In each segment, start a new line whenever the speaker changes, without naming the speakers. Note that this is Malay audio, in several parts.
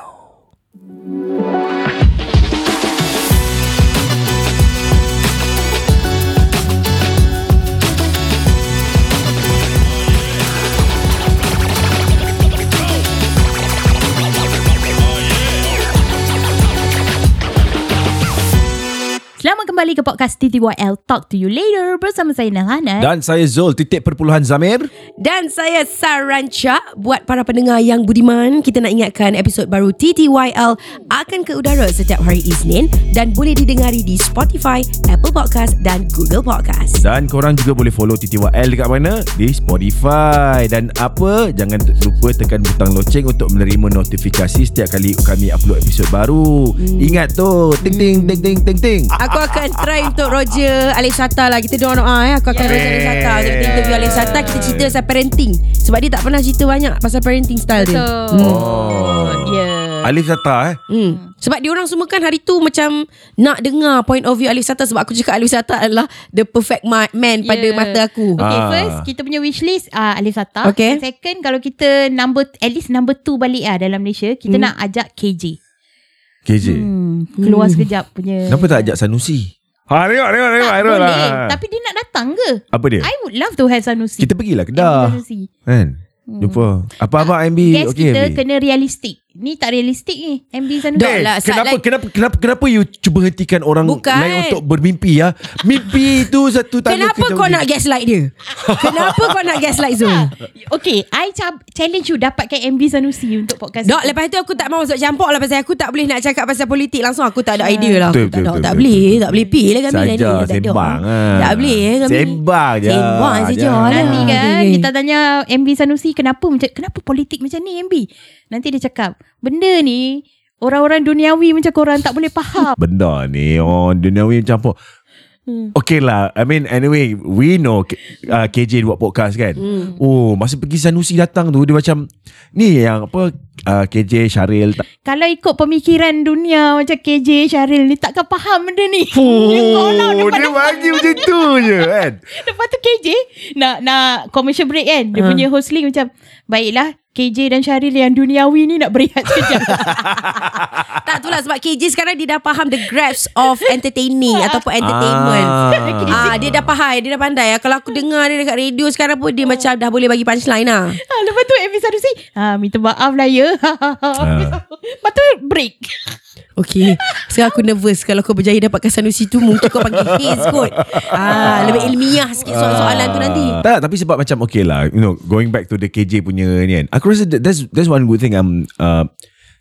YL。
Selamat kembali ke podcast TTYL Talk to you later bersama saya Nalhana.
Dan saya Zul, titik perpuluhan Zamir.
Dan saya Saranca Buat para pendengar yang budiman Kita nak ingatkan episod baru TTYL Akan ke udara setiap hari Isnin Dan boleh didengari di Spotify, Apple Podcast dan Google Podcast
Dan korang juga boleh follow TTYL dekat mana? Di Spotify. Dan apa? Jangan t- lupa tekan butang loceng untuk menerima notifikasi setiap kali kami upload episod baru. Ingat tu. Ting ting ting ting ting ting.
Aku akan try untuk Roger Alif Sata lah Kita doa doa eh Aku akan Roger Alif Sata Untuk kita interview Alif Sata Kita cerita pasal parenting Sebab dia tak pernah cerita banyak Pasal parenting style dia
Oh.
Yeah.
Alif Zata eh.
Hmm. Sebab dia orang semua kan hari tu macam nak dengar point of view Alif Sata sebab aku cakap Alif Sata adalah the perfect ma- man yeah. pada
Yeah.
mata aku.
Okay,
Ah.
first kita punya wish list uh, Alif Sata.
Okay.
And Second, kalau kita number at least number two balik ah dalam Malaysia, kita
Hmm.
nak ajak KJ.
KJ.
Hmm, keluar sekejap punya.
Kenapa tak ajak Sanusi? Ha, tengok, tengok,
Tak
tengok. Hairul
boleh.
lah.
Tapi dia nak datang ke?
Apa dia?
I would love to have Sanusi.
Kita pergilah
Have
Kedah.
Sanusi.
Kan? Jumpa. Apa-apa MB.
Guess
Eh, Okay,
Hmm. Ah, kita
MB.
kena realistik. Ni tak realistik ni. MB Sanusi.
Dah lah,
Eh, kenapa,
saat lain-
kenapa, kenapa, kenapa you cuba hentikan orang
Bukan.
lain untuk bermimpi ya? Mimpi itu satu tanda
Kenapa kau nak gaslight dia? Kenapa kau nak gaslight Zul?
Okay, I ca- challenge you dapatkan MB Sanusi untuk podcast.
Dok, lepas tu aku tak mau masuk campur lah pasal aku tak boleh nak cakap pasal politik langsung. Aku tak ada idea lah.
Betul, betul,
Aku tak, ada,
betul,
tak
betul,
boleh,
betul.
tak boleh pilih lah kami. lah ni.
Saja,
Tak ada.
sembang, ah.
Tak boleh eh, kami.
Sembang je.
Sembang saja
Jangan.
lah.
Nanti kan
Okay.
kita tanya MB Sanusi kenapa macam kenapa politik macam ni MB. Nanti dia cakap, benda ni orang-orang duniawi macam korang tak boleh faham.
Benda ni orang duniawi campur. Okay lah I mean anyway We know K- uh, KJ buat podcast kan hmm. Oh Masa pergi Sanusi datang tu Dia macam Ni yang apa uh, KJ Syaril tak,
Kalau ikut pemikiran dunia macam KJ Syaril ni takkan faham benda ni. dia tolak
Oh
depan
Dia bagi macam tu je kan
Lepas tu KJ nak nak commercial break kan.
Ah.
Dia punya hosting macam baiklah KJ dan Syaril yang duniawi ni nak berehat sekejap.
Tak tu lah sebab KJ sekarang dia dah faham the grasp of entertaining ataupun entertainment.
Ah.
Ah, dia dah faham, dia dah pandai. Kalau aku dengar dia dekat radio sekarang pun dia macam dah boleh bagi punchline lah.
ha, lepas tu MV Sanusi, ha, minta maaf lah ya.
Ah.
Lepas tu break.
Okay Sekarang aku nervous Kalau kau berjaya dapatkan Sanusi tu Mungkin kau panggil Haze kot ah, Lebih ilmiah sikit soalan-soalan
Ah.
tu nanti
Tak tapi sebab macam Okay lah You know Going back to the KJ punya ni kan Aku rasa that- that's, that's one good thing um, uh,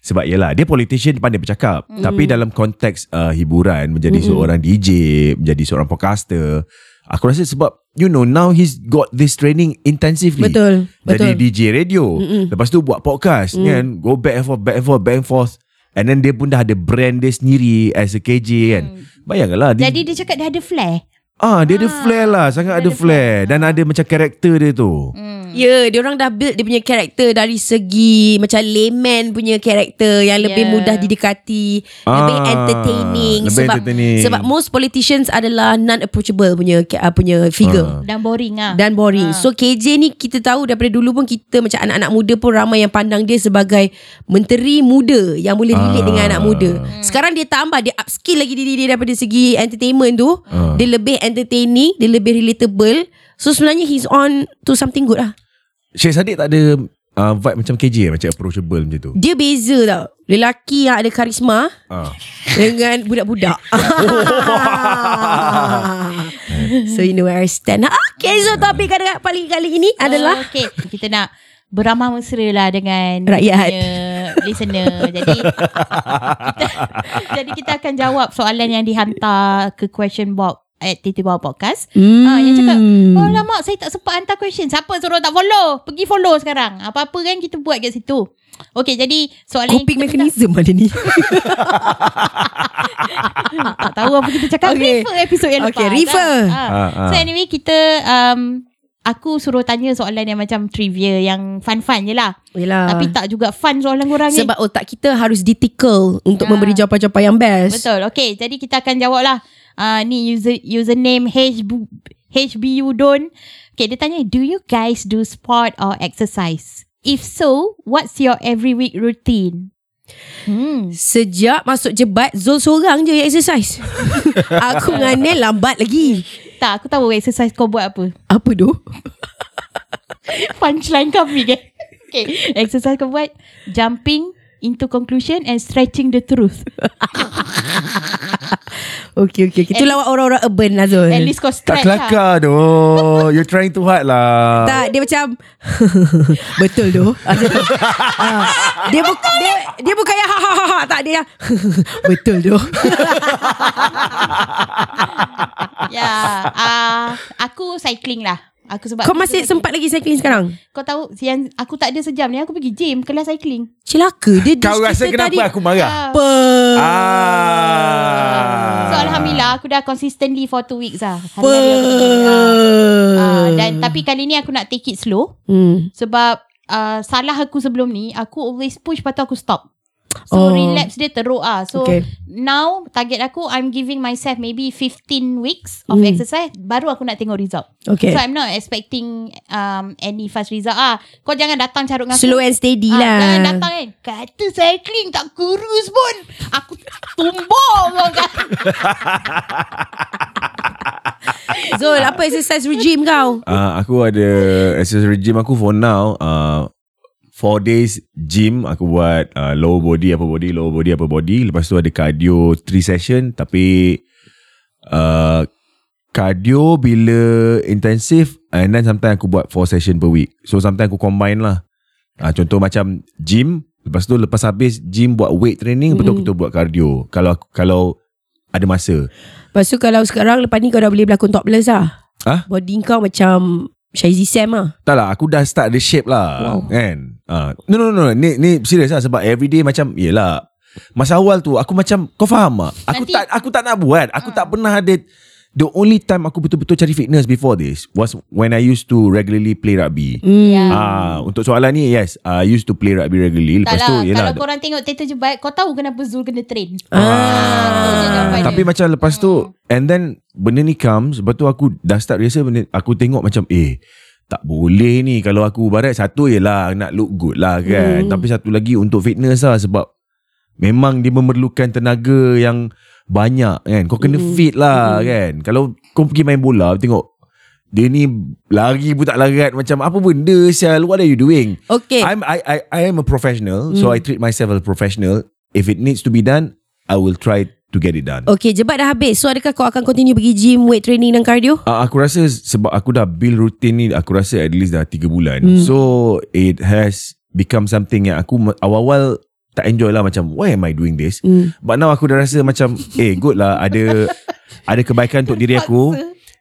Sebab yelah Dia politician pandai bercakap mm.
Hmm.
Tapi dalam konteks uh, hiburan Menjadi mm. seorang DJ Menjadi seorang podcaster Aku rasa sebab You know now he's got this training intensively
Betul,
Jadi
betul.
DJ radio Mm-mm. Lepas tu buat podcast mm. kan Go back and forth Back and forth Back and forth And then dia pun dah ada brand dia sendiri As a KJ kan
Mm.
Bayangkanlah dia-
Jadi dia cakap dia ada flare.
Ah, dia ada flair lah, sangat ada, flair dan ada macam karakter dia tu.
Ya, dia orang dah build dia punya karakter dari segi macam layman punya karakter yang lebih
Yeah.
mudah didekati,
Ah,
lebih entertaining
lebih
sebab
entertaining.
sebab most politicians adalah non approachable punya uh, punya figure.
Dan boring ah.
Dan boring So KJ ni kita tahu Daripada dulu pun kita Macam anak-anak muda pun Ramai yang pandang dia sebagai Menteri muda Yang boleh
Ah.
relate dengan anak muda Hmm. Sekarang dia tambah Dia upskill lagi diri dia Daripada segi entertainment tu
Ah.
Dia lebih entertaining Dia lebih relatable So sebenarnya he's on To something good lah
Syed Saddiq tak ada uh, vibe macam KJ eh? macam approachable macam tu.
Dia beza tau Lelaki yang ada karisma
Ah.
Dengan budak-budak So you know where I stand Okay so topik kali, paling kali ini adalah
Oh, Okay Kita nak Beramah mesra lah dengan
Rakyat.
punya Listener Jadi kita, Jadi kita akan jawab Soalan yang dihantar Ke question box At Titi Bawah Podcast
Hmm.
ha, Yang cakap Oh lama saya tak sempat hantar question Siapa suruh tak follow Pergi follow sekarang Apa-apa kan kita buat kat situ Okay jadi Soalan yang
Coping
kita
mechanism ada ni
tak, tak tahu apa kita cakap
Okay.
okay. Refer episode yang lepas
Okay, refer.
kan? ha.
Ah, ah.
So anyway kita um, Aku suruh tanya soalan yang macam trivia Yang fun-fun je lah
Yelah
Tapi tak juga fun soalan korang ni.
Ah. Sebab otak kita harus ditickle Untuk
Ah.
memberi jawapan-jawapan yang best
Betul. Okay, jadi kita akan jawab lah. Uh, ni user username HB, HBU Don. Okay, dia tanya, do you guys do sport or exercise? If so, what's your every week routine? Hmm.
Sejak masuk jebat Zul seorang je yang exercise Aku dengan Nel lambat lagi
Tak, aku tahu exercise kau buat apa.
Apa tu?
Punchline kami kan. Okay, exercise kau buat jumping into conclusion and stretching the truth.
Okay okay Itu lawak orang-orang urban lah Zul
At least kau
Eh, Tak
stretch lah.
kelakar tu You're trying too hard lah
Tak dia macam Betul tu Macam tu. Ah, Dia bukan dia, dia bukan yang ha ha ha, ha Tak dia yang Betul tu
Ya, ah, aku cycling lah. Aku sebab
Kau
aku
masih
cycling.
sempat lagi cycling sekarang?
Kau tahu yang aku tak ada sejam ni aku pergi gym kelas cycling.
Celaka dia
Kau
dia
rasa
cerita
kenapa
tadi.
aku marah?
Ah.
Apa?
Ah.
So alhamdulillah aku dah consistently for two weeks lah.
Apa?
Hari-hari aku pergi. Ah, ah, dan tapi kali ni aku nak take it slow
hmm.
sebab uh, salah aku sebelum ni aku always push patut aku stop. So oh.
Oh.
relapse dia teruk ah. So
Okay.
okay. now target aku I'm giving myself maybe 15 weeks of mm. exercise baru aku nak tengok result.
Okay.
So I'm not expecting um any fast result ah. Kau jangan datang carut dengan
Slow
aku.
and steady
Ah,
lah
Jangan datang kan Kata cycling tak kurus pun Aku tumbuk pun kan
Zul apa exercise regime kau?
Uh, aku ada accessory gym aku for now. Uh, four days gym aku buat uh, lower body, upper body, lower body, upper body. Lepas tu ada cardio three session tapi uh, cardio bila intensif and then sometimes aku buat four session per week. So sometimes aku combine lah. Uh, contoh macam gym lepas tu lepas habis gym buat weight training mm-hmm. betul aku tu buat cardio kalau aku- kalau ada masa.
Lepas tu kalau sekarang lepas ni kau dah boleh berlakon topless lah.
Ah?
Body kau macam Shaizi Sam lah.
Tak lah aku dah start the shape lah wow. Kan uh, No no no Ni, ni serius lah Sebab everyday macam Yelah Masa awal tu Aku macam Kau faham tak Aku
Nanti- Ah.
tak aku tak nak buat Aku tak pernah ada The only time aku betul-betul cari fitness before this Was when I used to regularly play rugby mm.
yeah.
Ah, Untuk soalan ni Yes I used to play rugby regularly Lepas
Tak lah
tu
Kalau
yelah,
korang tengok teater jebat Kau tahu kenapa Zul kena train
Ah,
Ah,
jawapan
tapi
dia.
macam lepas tu And then Benda ni comes Lepas tu aku Dah start rasa benda, Aku tengok macam Eh tak boleh ni Kalau aku barat Satu je lah Nak look good lah kan Tapi satu lagi Untuk fitness lah Sebab Memang dia memerlukan tenaga Yang banyak kan Kau kena fit lah kan Kalau kau pergi main bola Tengok dia ni lari pun tak larat macam apa benda sial what are you doing
Okay.
I'm I I I am a professional, so I treat myself as a professional. If it needs to be done, I will try to get it done.
Okay, jebat dah habis. So adakah kau akan continue pergi gym, weight training dan cardio?
Uh, aku rasa sebab aku dah build routine ni, aku rasa at least dah 3 bulan. So it has become something yang aku ma- awal-awal tak enjoy lah macam why am I doing this?
Hmm,
But now aku dah rasa macam eh good lah ada ada kebaikan untuk diri aku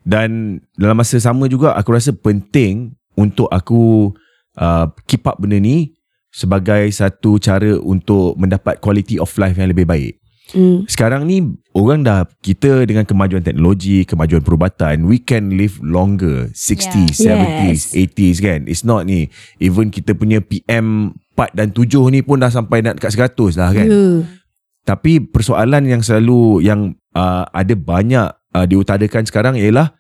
dan dalam masa sama juga aku rasa penting untuk aku uh, keep up benda ni sebagai satu cara untuk mendapat quality of life yang lebih baik.
Hmm.
Sekarang ni orang dah kita dengan kemajuan teknologi, kemajuan perubatan, we can live longer. 60s, 70s,
Yeah. Yes.
80s kan. It's not ni. Even kita punya PM 4 dan 7 ni pun dah sampai nak dekat 100 lah kan. Yeah.
Yeah.
Tapi persoalan yang selalu yang uh, ada banyak uh, diutarakan sekarang ialah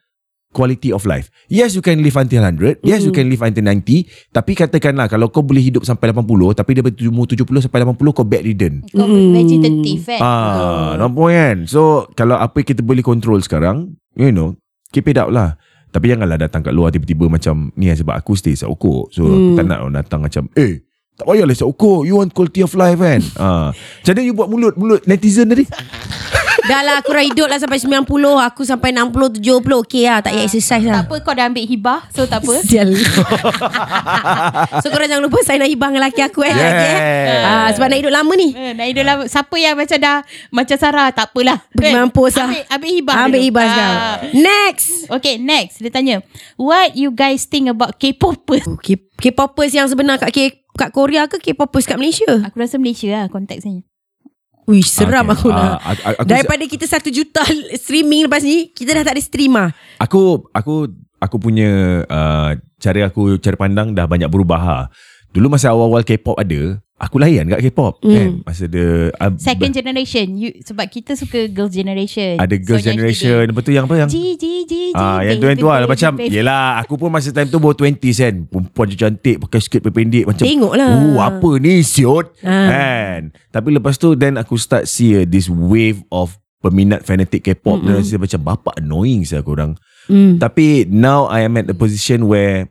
quality of life. Yes you can live until 100, yes you can live until 90, tapi katakanlah kalau kau boleh hidup sampai 80 tapi daripada umur 70 sampai 80 kau bedridden.
Kau
Hmm.
vegetative eh
Ah, nampak kan? So, kalau apa kita boleh control sekarang, you know, keep it up lah. Tapi janganlah datang kat luar tiba-tiba macam ni lah sebab aku stay Saat Okok. So, aku tak nak orang datang macam, eh, tak payahlah Saat Okok. You want quality of life kan? ah. Macam mana you buat mulut-mulut netizen tadi?
Dah lah aku dah hidup lah sampai 90 Aku sampai 60, 70 Okay lah tak payah exercise
Ah, Tak
lah
apa kau dah ambil hibah So tak apa
Sial So korang jangan lupa Sign hibah dengan lelaki aku eh,
Yeah.
lagi, eh. Ah, Sebab nak hidup lama ni
Eh, Nak hidup lama Siapa yang macam dah Macam Sarah Tak apalah kan?
Pergi mampus lah
ambil, ambil hibah
Ambil
dulu.
hibah sekarang
Ah.
Next
Okay next Dia tanya What you guys think about K-popers
Oh, K- K-popers yang sebenar kat, K- kat Korea ke K-popers kat Malaysia?
Aku rasa Malaysia lah konteks ni
Wih, seram
Okay.
aku lah.
Ah, aku- aku-
Daripada kita satu juta streaming lepas ni, kita dah tak ada stream lah.
Aku aku aku ah, punya uh, cara aku cara pandang dah banyak berubah ha. Dulu masa ah. awal-awal K-pop ada, aku layan kat K-pop
Hmm.
mm. kan masa dia uh,
Second generation you, Sebab kita suka girl generation
ada girls so, generation lepas tu yang apa yang
G, G, G, G
Ah, yang tu yang tu lah Macam Yelah Aku pun masa time tu Baru 20 sen Perempuan je cantik Pakai skirt pendek Macam
Tengoklah.
Oh apa ni Siot Kan Tapi lepas tu Then aku start see uh, This wave of Peminat fanatic K-pop Dan rasa macam Bapak annoying saya korang mm. Tapi Now I am at the position where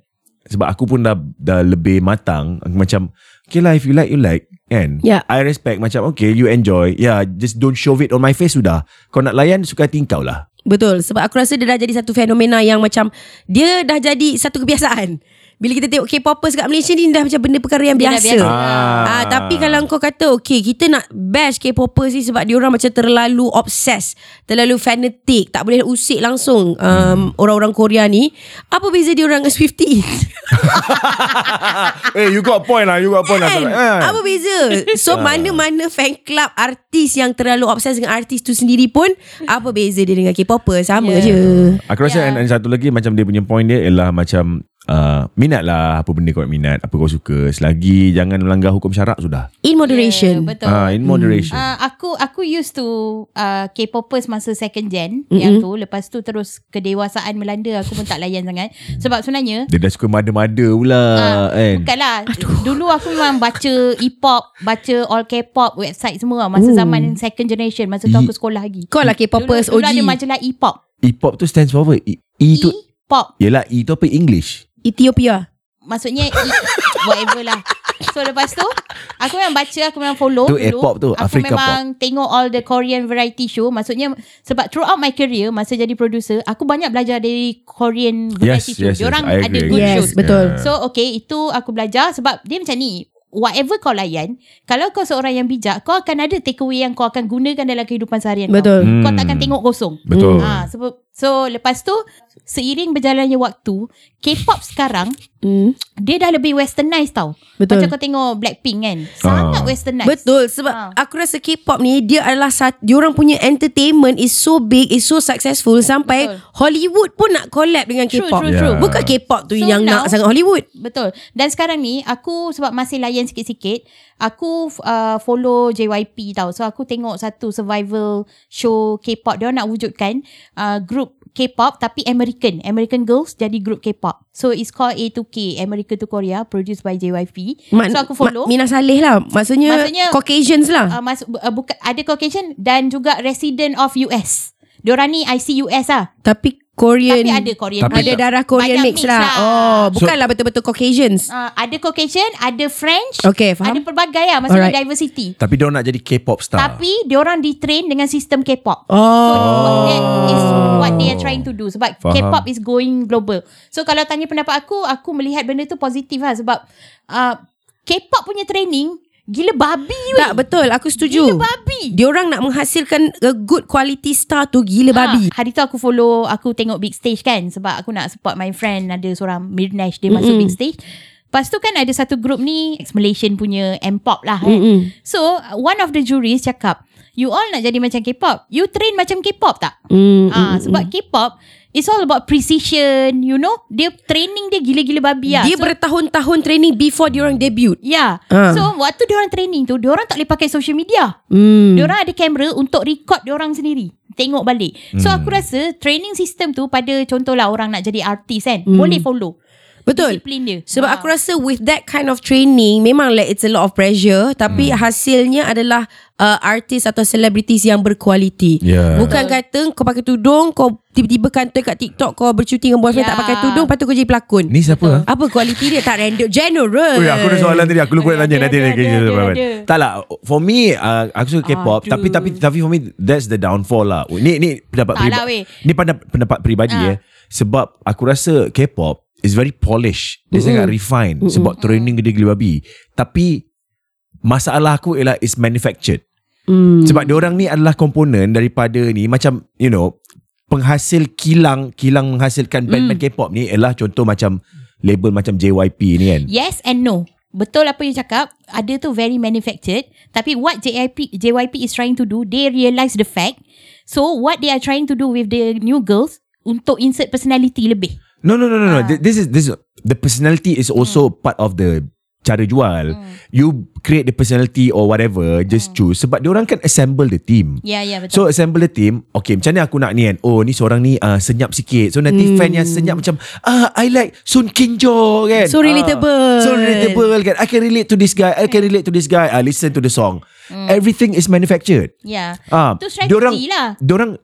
Sebab aku pun dah Dah lebih matang Aku Macam Okay lah if you like You like Kan
Yeah.
I respect Macam okay you enjoy Yeah just don't shove it on my face Sudah Kau nak layan Suka hati kau lah
Betul sebab aku rasa dia dah jadi satu fenomena yang macam dia dah jadi satu kebiasaan. Bila kita tengok K-popers kat Malaysia ni dah macam benda perkara yang
Dia dah
biasa.
biasa.
Ah.
Ah.
tapi kalau kau kata okay kita nak bash K-popers ni sebab diorang macam terlalu obsessed, terlalu fanatic, tak boleh usik langsung um, orang-orang Korea ni. Apa beza diorang dengan Swifties?
Eh, you got point lah. You got point lah.
Kan? Apa beza? So mana-mana fan club artis yang terlalu obsessed dengan artis tu sendiri pun apa beza dia dengan K-popers? Sama
Yeah.
je.
Aku rasa
Ya.
yeah. satu lagi macam dia punya point dia ialah macam uh, minat lah apa benda kau nak minat, apa kau suka. Selagi jangan melanggar hukum syarak sudah.
In moderation.
yeah, Ya, Betul
Ah, in moderation.
Uh, aku aku used to uh, K-popers masa second gen mm-hmm. yang tu lepas tu terus kedewasaan melanda aku pun tak layan sangat sebab sebenarnya
Dia dah suka mada-mada pula
Hmm. Ah,
kan.
Bukanlah Dulu aku memang baca E-pop Baca all K-pop Website semua Masa zaman second generation Masa tu
E-
aku sekolah lagi
Kau lah
Dulu,
K-popers
dulu
OG.
ada majalah E-pop
E-pop tu stands for apa? E, e tu
E-pop
ialah E tu apa English?
Ethiopia.
Maksudnya e, Whatever lah So lepas tu Aku memang baca Aku memang follow
Tu
dulu.
A-pop tu,
Aku
Africa
memang tengok All the Korean variety show Maksudnya Sebab throughout my career Masa jadi producer Aku banyak belajar Dari Korean variety show Diorang
I
ada
agree.
good
Yes,
show
betul.
Yeah.
So okay Itu aku belajar Sebab dia macam ni Whatever kau layan Kalau kau seorang yang bijak Kau akan ada takeaway Yang kau akan gunakan Dalam kehidupan seharian
Betul.
kau Kau
Hmm.
takkan tengok kosong
Betul.
ha, so, so lepas tu Seiring berjalannya waktu K-pop sekarang
Hmm.
Dia dah lebih westernized tau
Betul.
Macam kau tengok Blackpink kan
Ah.
Sangat westernized
Betul sebab
Ah.
aku rasa K-pop ni dia adalah sat, diorang punya entertainment is so big, is so successful sampai
Betul.
Hollywood pun nak collab dengan
True,
K-pop.
true, true.
Yeah.
Bukan K-pop tu
So
yang
now-
nak sangat Hollywood.
Betul. Dan sekarang ni aku sebab masih layan sikit-sikit, aku uh, follow JYP tau. So aku tengok satu survival show K-pop dia orang nak wujudkan uh, group K-pop tapi American. American girls jadi group K-pop. So it's called A2K, America to Korea produced by JYP.
Mak-
so aku follow.
Mak Mina Saleh lah. Maksudnya,
Maksudnya-
Caucasians lah.
uh, mas, uh, buka, ada Caucasian dan juga resident of US. Diorang ni ICUS lah.
tapi Korean
Tapi ada Korean.
Tapi
Ya, ada
tak-
darah Korean
Banyak
mix,
mix
lah.
lah.
Oh,
So-
bukanlah betul-betul Caucasians.
Uh, ada Caucasian, ada French.
Okay, faham.
Ada pelbagai lah. Maksudnya
Alright. Ah.
diversity.
Tapi dia nak jadi K-pop star.
Tapi diorang ditrain dengan sistem K-pop. So
oh.
that is what they are trying to do sebab
Faham.
K-pop is going global. So kalau tanya pendapat aku, aku melihat benda tu positif lah sebab uh, K-pop punya training gila babi weh.
Tak betul, aku setuju.
Gila babi.
Diorang nak menghasilkan a good quality star tu gila babi.
Ha, hari tu aku follow, aku tengok big stage kan sebab aku nak support my friend ada seorang Mirnesh dia masuk big stage. Lepas tu kan ada satu group ni ex-Malaysian punya M-pop lah kan.
Mm-mm.
So one of the juries cakap, you all nak jadi macam K-pop. You train macam K-pop tak?
Mm,
Ah, sebab K-pop it's all about precision, you know. Dia training dia gila-gila babi lah.
Dia
so, Ya.
bertahun-tahun training before diorang debut.
Yeah.
Ah.
So waktu diorang training tu, diorang tak boleh pakai social media.
Hmm.
Diorang ada kamera untuk record diorang sendiri. Tengok balik. So
Hmm.
aku rasa training system tu pada contohlah orang nak jadi artis kan, boleh follow.
Hmm. Betul.
Disiplin dia.
Sebab
Ah.
aku rasa with that kind of training memang like it's a lot of pressure tapi
Hmm.
hasilnya adalah uh, artis atau celebrities yang berkualiti.
Yeah.
Bukan kata kau pakai tudung kau tiba-tiba kan kat TikTok kau bercuti dengan boyfriend
Yeah.
tak pakai tudung lepas tu kau jadi pelakon.
Ni siapa? ah?
Apa kualiti dia tak random general.
Oi, aku ada soalan tadi aku lupa
Ada,
nak tanya
ada,
nanti
ada,
nanti.
ada, ada, ada.
Tak lah for me uh, aku suka K-pop tapi tapi tapi for me that's the downfall lah. Oh, Ni ni pendapat
Tak lah, weh.
pribadi. Ni pendapat, pendapat pribadi
Ah.
eh sebab aku rasa K-pop is very polished. Dia sangat refined sebab training dia gila babi. Tapi masalah aku ialah it's manufactured.
Mm.
Sebab diorang ni adalah komponen daripada ni macam you know penghasil kilang kilang menghasilkan band-band
Mm.
K-pop ni ialah contoh macam label macam JYP ni kan.
Yes and no. Betul apa you cakap. Ada tu very manufactured. Tapi what JYP, JYP is trying to do, they realise the fact. So what they are trying to do with the new girls untuk insert personality lebih.
Ah. Hmm.
No no no no no. This is this is, the personality is also part of the cara jual. Mm. You create the personality or whatever,
Hmm.
just mm. choose. Sebab diorang kan assemble the team.
Ya, ya betul.
So assemble the team Okay macam ni aku nak ni kan Oh ni seorang ni uh, Senyap sikit So nanti
Hmm.
fan yang senyap macam ah, I like Sun Kinjo kan
So relatable.
ah, So relatable kan I can relate to this guy I can relate to this guy I listen to the song
Hmm.
Everything is manufactured
Ya.
Ah,
Tu strategi
diorang,
lah.
Diorang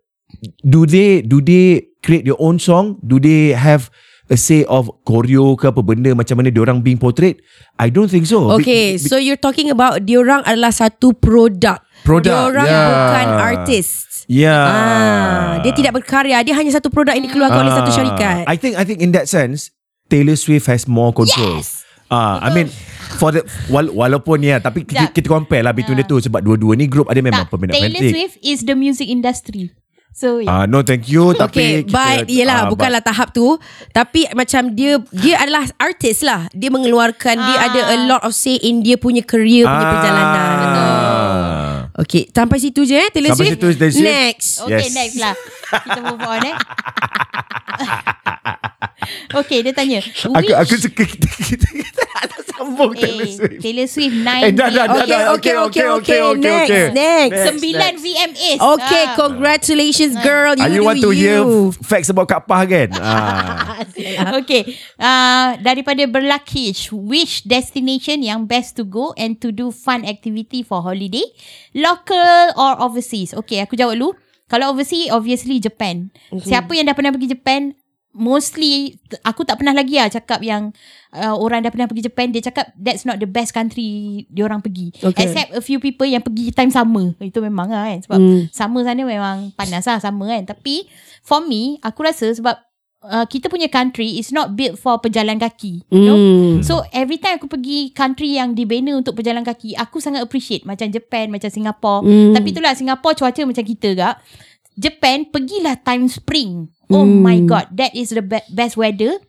do they do they create their own song? Do they have a say of choreo ke apa benda macam mana diorang being portrayed? I don't think so. Be-
Okay, so you're talking about diorang adalah satu produk.
Produk, ya.
Diorang
yeah.
bukan artist.
yeah.
Ah, dia tidak berkarya. Dia hanya satu produk yang dikeluarkan oleh satu
Ah,
syarikat.
I think I think in that sense Taylor Swift has more control.
Yes!
Ah, I mean for the wal, walaupun ya tapi kita,
Sekejap.
kita compare lah between
Ah.
the two sebab dua-dua ni group ada memang
Tak,
peminat
Taylor
Eh.
fanatik.
Swift is the music industry. So,
Ah,
yeah.
no thank you
Okay,
tapi kita,
but yelah
ah, but-
bukanlah tahap tu tapi macam dia dia adalah artis lah dia mengeluarkan dia
Ah.
ada a lot of say in dia punya career punya perjalanan
Ah.
Okay sampai situ je eh Taylor
Sampai
Swift
situ, Taylor Swift. Oh,
next
Okay,
Yes.
next lah. Kita move on eh. okay, dia tanya.
Aku
which-
aku suka kita kita, kita ada sambung
eh,
Taylor Swift.
Taylor Swift oh, 9
Eh, dah, dah, dah,
Okay,
dah.
okay,
Okay,
okay,
okay,
okay,
okay,
next,
okay.
next.
Next.
9 VMAs.
Okay,
Ah.
congratulations girl. You,
Ah, you
do
want to
you.
hear f- facts about Kak Pah kan? ah.
Okay. Uh, daripada berlakich, which destination yang best to go and to do fun activity for holiday? Local or overseas? Okay, aku jawab dulu. Kalau overseas, obviously Japan. Siapa yang dah pernah pergi Japan, mostly, aku tak pernah lagi lah cakap yang uh, orang dah pernah pergi Japan, dia cakap that's not the best country diorang pergi.
Okay.
Okay. Except a few people yang pergi time summer. Itu memang lah kan. Sebab
Hmm.
summer sana memang panas lah summer kan. Tapi for me, aku rasa sebab uh, kita punya country is not built for pejalan kaki. You know?
Hmm.
So every time aku pergi country yang dibina untuk pejalan kaki, aku sangat appreciate macam Japan, macam Singapura.
Hmm.
Tapi itulah Singapura cuaca macam kita gak. Japan pergilah time spring. Oh
Hmm.
my god, that is the be- best weather.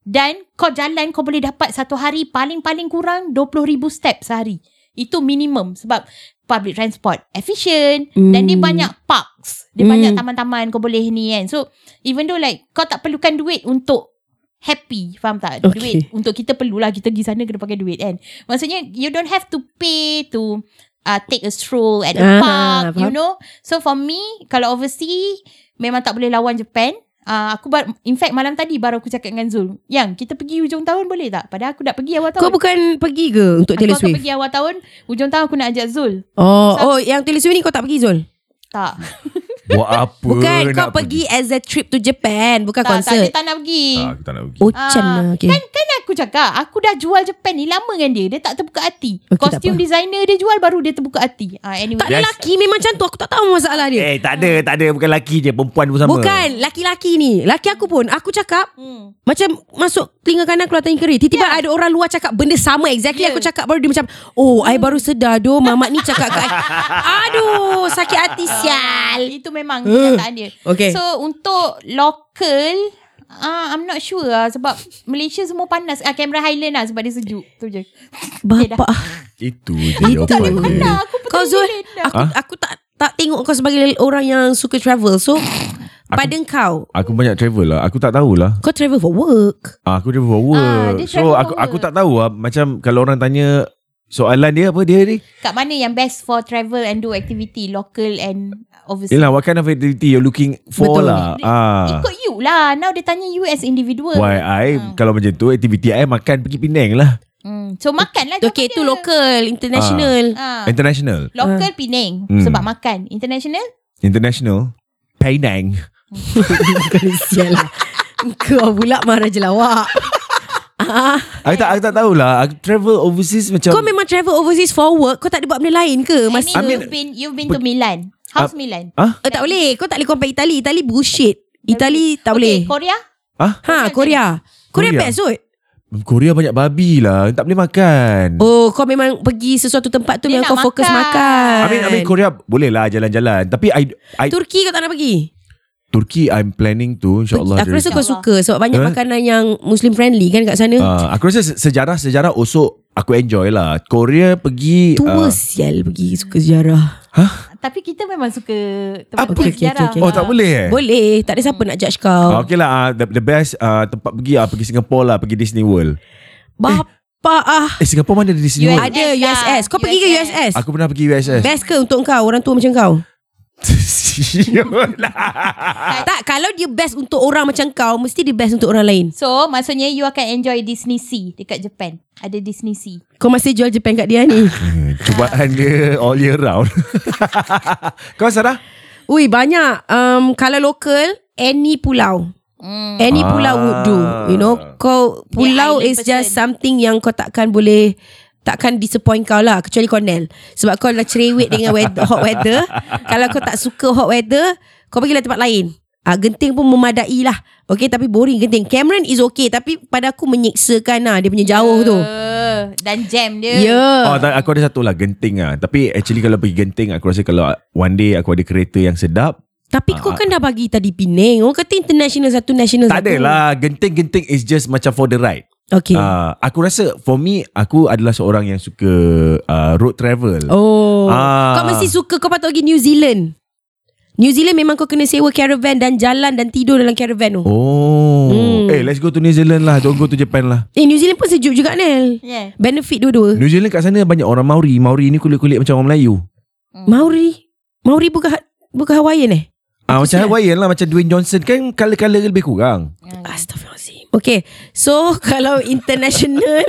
Dan kau jalan kau boleh dapat satu hari paling-paling kurang 20,000 step sehari. Itu minimum sebab public transport efficient
Hmm.
mm. dan dia banyak parks. Dia
Hmm.
banyak taman-taman kau boleh ni kan. So even though like kau tak perlukan duit untuk happy, faham tak?
Okay.
Duit untuk kita perlulah kita pergi sana kena pakai duit kan. Maksudnya you don't have to pay to uh, take a stroll at the
Ah,
park, you
faham.
know. So for me kalau overseas memang tak boleh lawan Japan. Uh, aku bar- in fact malam tadi baru aku cakap dengan Zul, yang kita pergi hujung tahun boleh tak? Padahal aku nak pergi awal tahun.
Kau bukan pergi ke untuk
aku
Taylor
akan
Swift?
pergi awal tahun, hujung tahun aku nak ajak Zul.
Oh, oh yang Taylor Swift ni kau tak pergi Zul?
Tak.
Buat apa?
Bukan,
nak
kau pergi as a trip to Japan, bukan
tak, tak, dia
konsert.
tak nak pergi.
Ah, kita nak pergi.
Oh, macam
Ah,
mana? Okay.
Kan kan aku cakap Aku dah jual Japan ni Lama dengan dia Dia tak terbuka hati okay,
Okey, tak
Kostum
apa.
designer dia jual Baru dia terbuka hati Ah, Anyway
Tak ada
Yes.
lelaki memang macam tu. Aku tak tahu masalah dia.
Eh, tak ada, tak ada. Bukan lelaki je, perempuan pun sama.
Bukan, laki-laki ni. Laki aku pun, aku cakap,
Hmm.
macam masuk telinga kanan keluar telinga kiri. Tiba-tiba yeah. ada orang luar cakap benda sama exactly yeah.
Ya.
aku cakap baru dia macam, "Oh, I baru sedar doh mamat ni cakap kat I." Aduh, sakit hati
Eh,
sial.
Ah, Itu memang kenyataan dia
Okay.
So untuk local Ah, I'm not sure lah Sebab Malaysia semua panas ah, Cameron Highland lah Sebab dia sejuk Tu je
Bapa.
Itu je Itu
tak boleh
Pernah Ah, aku betul
Kau Zul,
gila dah.
aku aku tak tak tengok kau sebagai orang yang suka travel. So pada kau,
Aku banyak travel lah. Aku tak tahulah.
kau travel for work.
Ah, aku travel for
Ah,
work.
dia travel
so,
for
aku aku
work.
tak tahu lah. Macam kalau orang tanya soalan dia apa dia ni?
Kat mana yang best for travel And do activity Local and Overseas
Yelah, what kind of activity you're looking for
Betul.
lah.
Dia-
Ah.
Ikut you lah Now dia tanya you as individual
Why I,
Ah.
kalau macam tu, aktiviti I makan pergi Penang lah.
hmm. So makan lah
Okay,
jawapan
tu
dia.
local, Ah. international.
ah.
International.
Local Penang
Hmm.
Sebab makan International
International. Penang.
Bukan sial lah. Kau pula marah je lah, lawak.
Aku tak, aku tak tahulah. Aku travel overseas macam...
Kau memang travel overseas for work. Kau tak ada buat benda lain ke? Masa
I mean,
mean-
you've been You've been to Milan How's Milan
Ah?
Eh, tak boleh. Kau tak boleh compare Itali. Itali bullshit. Itali tak
Okay
boleh.
Korea
Ah?
Ha, Korea. Korea
Korea.
best kot.
Korea banyak babi lah. Tak boleh makan.
Oh, kau memang pergi sesuatu tempat tu
Dia
yang
nak
kau fokus
makan.
makan.
I mean, I mean Korea boleh lah jalan-jalan. Tapi I, I
Turki kau tak nak pergi?
Turkey I'm planning to insyaAllah.
Aku rasa
dari-
kau
Allah.
suka sebab banyak
Eh?
makanan yang Muslim friendly kan kat sana.
Ah, aku rasa se- sejarah-sejarah also aku enjoy lah. Korea pergi...
Tua
ah,
sial pergi suka ziarah.
Tapi kita memang suka
Apa?
Tempat
Okay, okay,
okay, sejarah
okay, okay.
oh tak boleh eh?
Boleh, tak ada siapa
Hmm.
nak judge
Ah,
kau.
okay lah. ah, the, the best ah, tempat pergi ah, pergi Singapore lah. Pergi Disney World.
Bapa ah.
Eh Singapore mana ada di sini?
US.
World?
Ada
lah.
USS. Kau pergi ke
USS.
USS?
Aku eh. pernah pergi USS.
Best ke untuk kau Orang tua macam kau
Siul lah.
Tak Kalau dia best untuk orang macam kau Mesti dia best untuk orang lain
So maksudnya you akan enjoy Disney Sea dekat Japan. Ada Disney Sea.
Kau masih jual Japan kat dia ni
Hmm, Cubaan dia all year round. Kau Sarah?
Ui banyak um, Kalau lokal Any pulau
Hmm.
Any
Ah.
pulau would do You know Kau Pulau
island
is just
person.
something Yang kau takkan boleh Takkan disappoint kau lah Kecuali Cornell Sebab kau dah cerewet Dengan weather, hot weather Kalau kau tak suka hot weather Kau pergilah tempat lain Ah, genting pun memadai lah Okay tapi boring genting Cameron is okay Tapi pada aku menyiksakan lah Dia punya jauh tu
Uh, dan jam dia.
Ya yeah.
Oh, tak, aku ada satu lah Genting lah Tapi actually kalau pergi Genting Aku rasa kalau One day aku ada kereta yang sedap
Tapi kau kan dah bagi tadi Penang Orang kata international satu National
Ah, Tak
satu
ada lah Genting-genting is just Macam for the ride
Okay uh,
Ah, Aku rasa For me Aku adalah seorang yang suka ah, Road travel
Oh
Ah.
Kau mesti suka Kau patut pergi New Zealand New Zealand memang kau kena sewa caravan Dan jalan dan tidur dalam caravan tu oh.
Oh
Hmm.
Eh let's go to New Zealand lah Don't go to Japan lah
Eh New Zealand pun sejuk juga Nel
Yeah.
Benefit dua-dua
New Zealand kat sana Banyak orang Maori Maori ni kulit-kulit macam orang Melayu
Maori Maori bukan ha- Bukan Hawaiian eh
Ah Macam Hawaiian lah Macam Dwayne Johnson Kan colour-colour lebih kurang
Mm. Astaghfirullahaladzim Okay So kalau international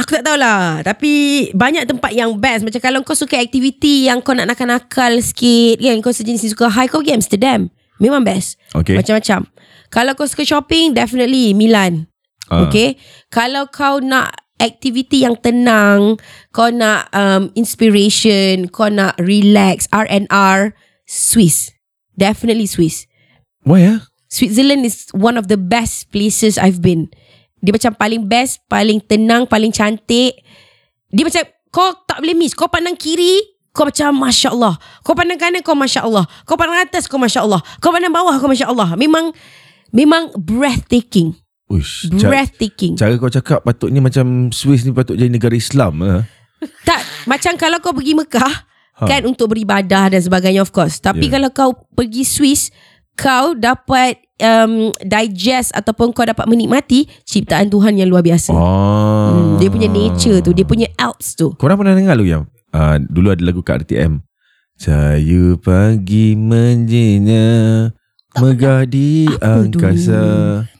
Aku tak tahulah Tapi Banyak tempat yang best Macam kalau kau suka aktiviti Yang kau nak nakal-nakal sikit kan Kau sejenis ni suka high Kau pergi Amsterdam Memang best
Okay.
Macam-macam Kalau kau suka shopping Definitely Milan
Ah.
Okay Kalau kau nak Aktiviti yang tenang Kau nak um, Inspiration Kau nak relax R&R Swiss Definitely Swiss
Why ah?
Switzerland is one of the best places I've been. Dia macam paling best, paling tenang, paling cantik. Dia macam kau tak boleh miss. Kau pandang kiri, kau macam Masya Allah. Kau pandang kanan, kau Masya Allah. Kau pandang atas, kau Masya Allah. Kau pandang bawah, kau Masya Allah. Memang memang breathtaking.
Uish, ca-
Breathtaking.
Cara kau cakap patutnya macam Swiss ni patut jadi negara Islam lah.
tak, macam kalau kau pergi Mekah,
Ha.
ha. kan untuk beribadah dan sebagainya of course. Tapi
Yeah.
yeah. kalau kau pergi Swiss, kau dapat um, digest ataupun kau dapat menikmati ciptaan Tuhan yang luar biasa.
Oh.
Hmm, dia punya nature tu, dia punya Alps tu.
Korang pernah dengar lu yang uh, dulu ada lagu kat RTM. Saya pagi menjinya megah di
Apa tu? Oh.
angkasa.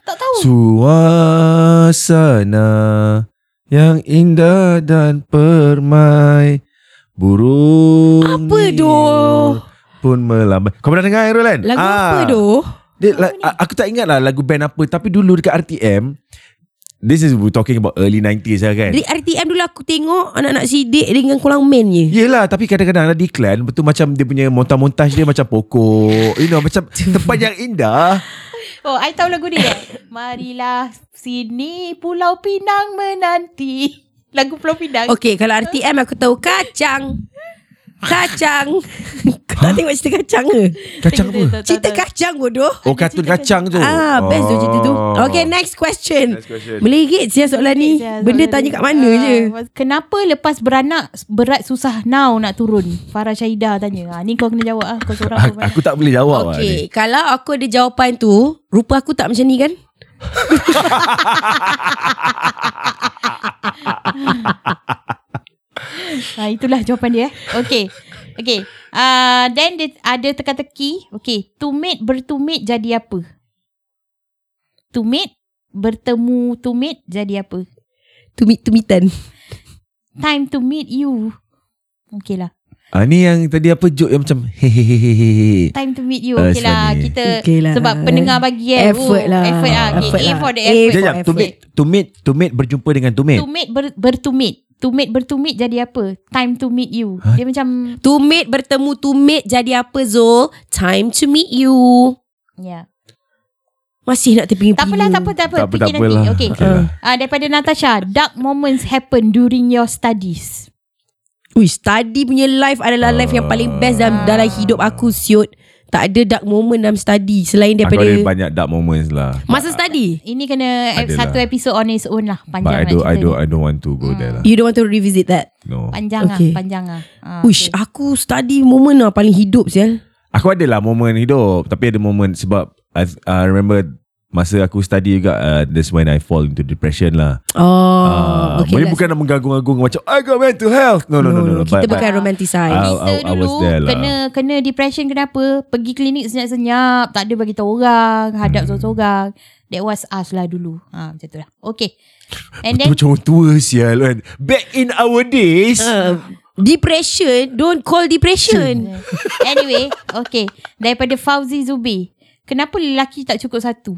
Tak tahu.
Suasana yang indah dan permai. Burung
Apa doh?
niur pun melambai. Kau pernah dengar Aeroland?
Lagu ah. apa tu?
Dia, la, a- aku tak ingat lah lagu band apa Tapi dulu dekat RTM This is we're talking about early 90s lah kan
Di RTM dulu aku tengok anak-anak sidik dengan kolang men je.
Yelah tapi kadang-kadang ada iklan Betul macam dia punya montaj-montaj dia macam pokok You know macam tempat yang indah
Oh, I tahu lagu dia. Marilah sini Pulau Pinang menanti. Lagu Pulau Pinang.
Okey, kalau RTM aku tahu kacang. Kacang. Kau tak tengok cerita kacang ke?
Kacang apa?
Tahu, tahu, tahu,
Cerita
tahu.
kacang bodoh.
Oh kartun kacang tu
Ah, best tu cerita tu.
Oh.
Okay, next question.
Next question.
Melingit je soalan lah ni.
Sekejap,
Benda
soalan
tanya
ni.
kat mana
Ah,
je.
Kenapa lepas beranak berat susah now nak turun? Farah Syahida tanya. Ah, ni kau kena jawab ah kau seorang.
A- Aku tak boleh jawab lah ni
Okay, kalau aku ada jawapan tu, rupa aku tak macam ni kan?
Ha, itulah jawapan dia. eh. Okay. Okay. Uh, then dia ada teka-teki. Okay. Tumit bertumit jadi apa? Tumit bertemu tumit jadi apa?
Tumit-tumitan.
Time to meet you. Okay lah.
ah, Ni yang tadi apa joke yang macam Hehehehe
Time to meet you.
Ah,
Okay lah.
funny.
Kita
Okay lah.
sebab pendengar bagi eh.
Effort lah.
Effort lah. Okay.
Effort
A
lah.
for the
A
effort.
Sekejap
for
tumit, tumit Tumit berjumpa dengan tumit
Tumit ber, bertumit. Tumit bertumit jadi apa? Time to meet you. Dia macam
Tumit bertemu tumit jadi apa Zul? Time to meet you.
ya. Yeah.
Masih nak terpinggir
Tak apalah, tak apa, tak
Tak
apa.
apa, tak
Fikir nanti.
apalah.
Okay.
Okay lah.
Uh, daripada Natasha, dark moments happen during your studies.
Ui, study punya life adalah life yang paling best dalam,
Ah.
dalam hidup aku siut. Tak ada dark moment dalam study selain
Aku ada
daripada
banyak dark moments lah
masa study.
Ini kena
Adalah.
Adalah. satu episod on its own lah.
But I don't, I
Panjang nak cerita
don't,
ni.
I don't want to go there lah
You don't want to revisit that.
No
Panjang
Okay.
lah, panjang lah. Ah,
Uish,
okay.
aku study moment lah paling hidup sial.
Aku ada lah momen hidup Tapi ada momen sebab I, I remember masa aku study juga uh, that's when I fall into depression lah.
Oh,
Ah,
okay.
Boleh
let's-
bukan nak menggagung-gagung macam I got mental health. No no no no. no,
Kita
but- but-
bukan romanticize.
Ah,
Kita
I- I was
dulu
there lah.
kena kena depression kenapa? Pergi klinik senyap-senyap, tak ada bagi tahu orang,
Hmm.
hadap seorang-seorang. That was us lah dulu. Ha, macam tu lah. Okay. And
eh.
Betul macam
then
orang tua sial kan. Back in our days.
Uh, depression, don't call depression.
anyway, okay. Daripada Fauzi Zubi. Kenapa lelaki tak cukup satu?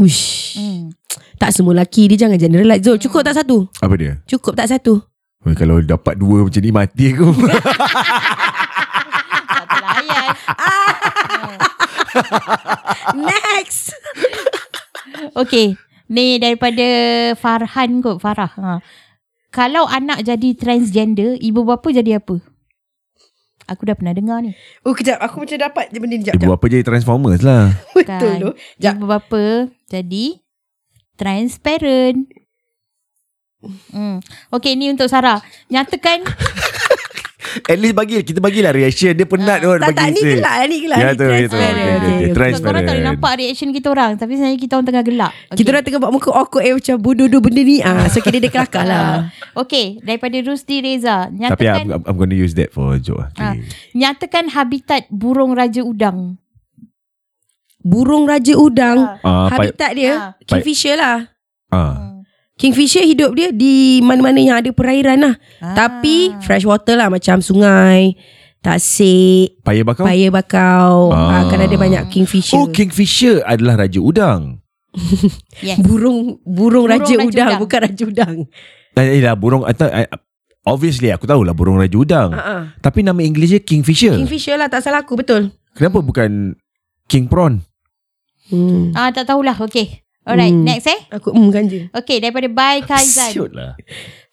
Ush.
Hmm.
Tak semua lelaki dia jangan generalize. Zul, cukup tak satu?
Apa dia?
Cukup tak satu?
Weh, kalau dapat dua macam ni mati aku.
Tak terlayan.
Next.
Okay. Ni daripada Farhan kot. Farah. Ha. Kalau anak jadi transgender, ibu bapa jadi apa? Aku dah pernah dengar ni.
Oh, kejap. Aku macam dapat je benda ni. Kejap,
Ibu apa jadi Transformers lah.
Betul tu.
Ya.
Ibu bapa jadi transparent. Hmm. Okay, ni untuk Sarah. Nyatakan
At least bagi kita bagilah reaction dia penat uh,
Ah, Tak, tak. Ni gelak lah. Ni gelak.
Ya,
ni
tu, ya, tu.
transparent.
Okay, okay, okay.
sebab korang tak boleh
Transparent.
nampak reaction kita orang. Tapi sebenarnya kita orang tengah gelak. Okay.
Kita orang tengah buat muka awkward eh macam bodoh dua benda ni. Ah, so kira dia kelakar lah.
Okay, daripada Rusdi Reza.
Tapi
Nyatakan,
I'm, I'm, I'm going to use that for a joke. lah. Okay.
nyatakan habitat burung raja udang.
Burung raja udang.
Ah, pai-
Habitat dia
Ah.
kingfisher lah.
ah.
Hmm.
Kingfisher hidup dia di mana-mana yang ada perairan lah.
Ah.
Tapi fresh water lah macam sungai, tasik,
Paya bakau?
paya bakau.
Ah.
Ah. Akan ada banyak kingfisher.
Oh, Kingfisher adalah raja udang.
Yes.
Burung burung, burung raja,
raja
udang,
udang.
bukan raja udang.
Ah, Eh lah, burung atau I- Obviously aku tahu lah burung raja udang.
Ah, ah.
Tapi nama English dia Kingfisher.
Kingfisher lah tak salah aku betul.
Kenapa bukan King Prawn?
Hmm.
Ah, tak tahulah. Okay. Alright,
Hmm. Ah,
next eh.
Aku mm, ganja.
Okay, daripada Bai Kaizan.
Siut lah.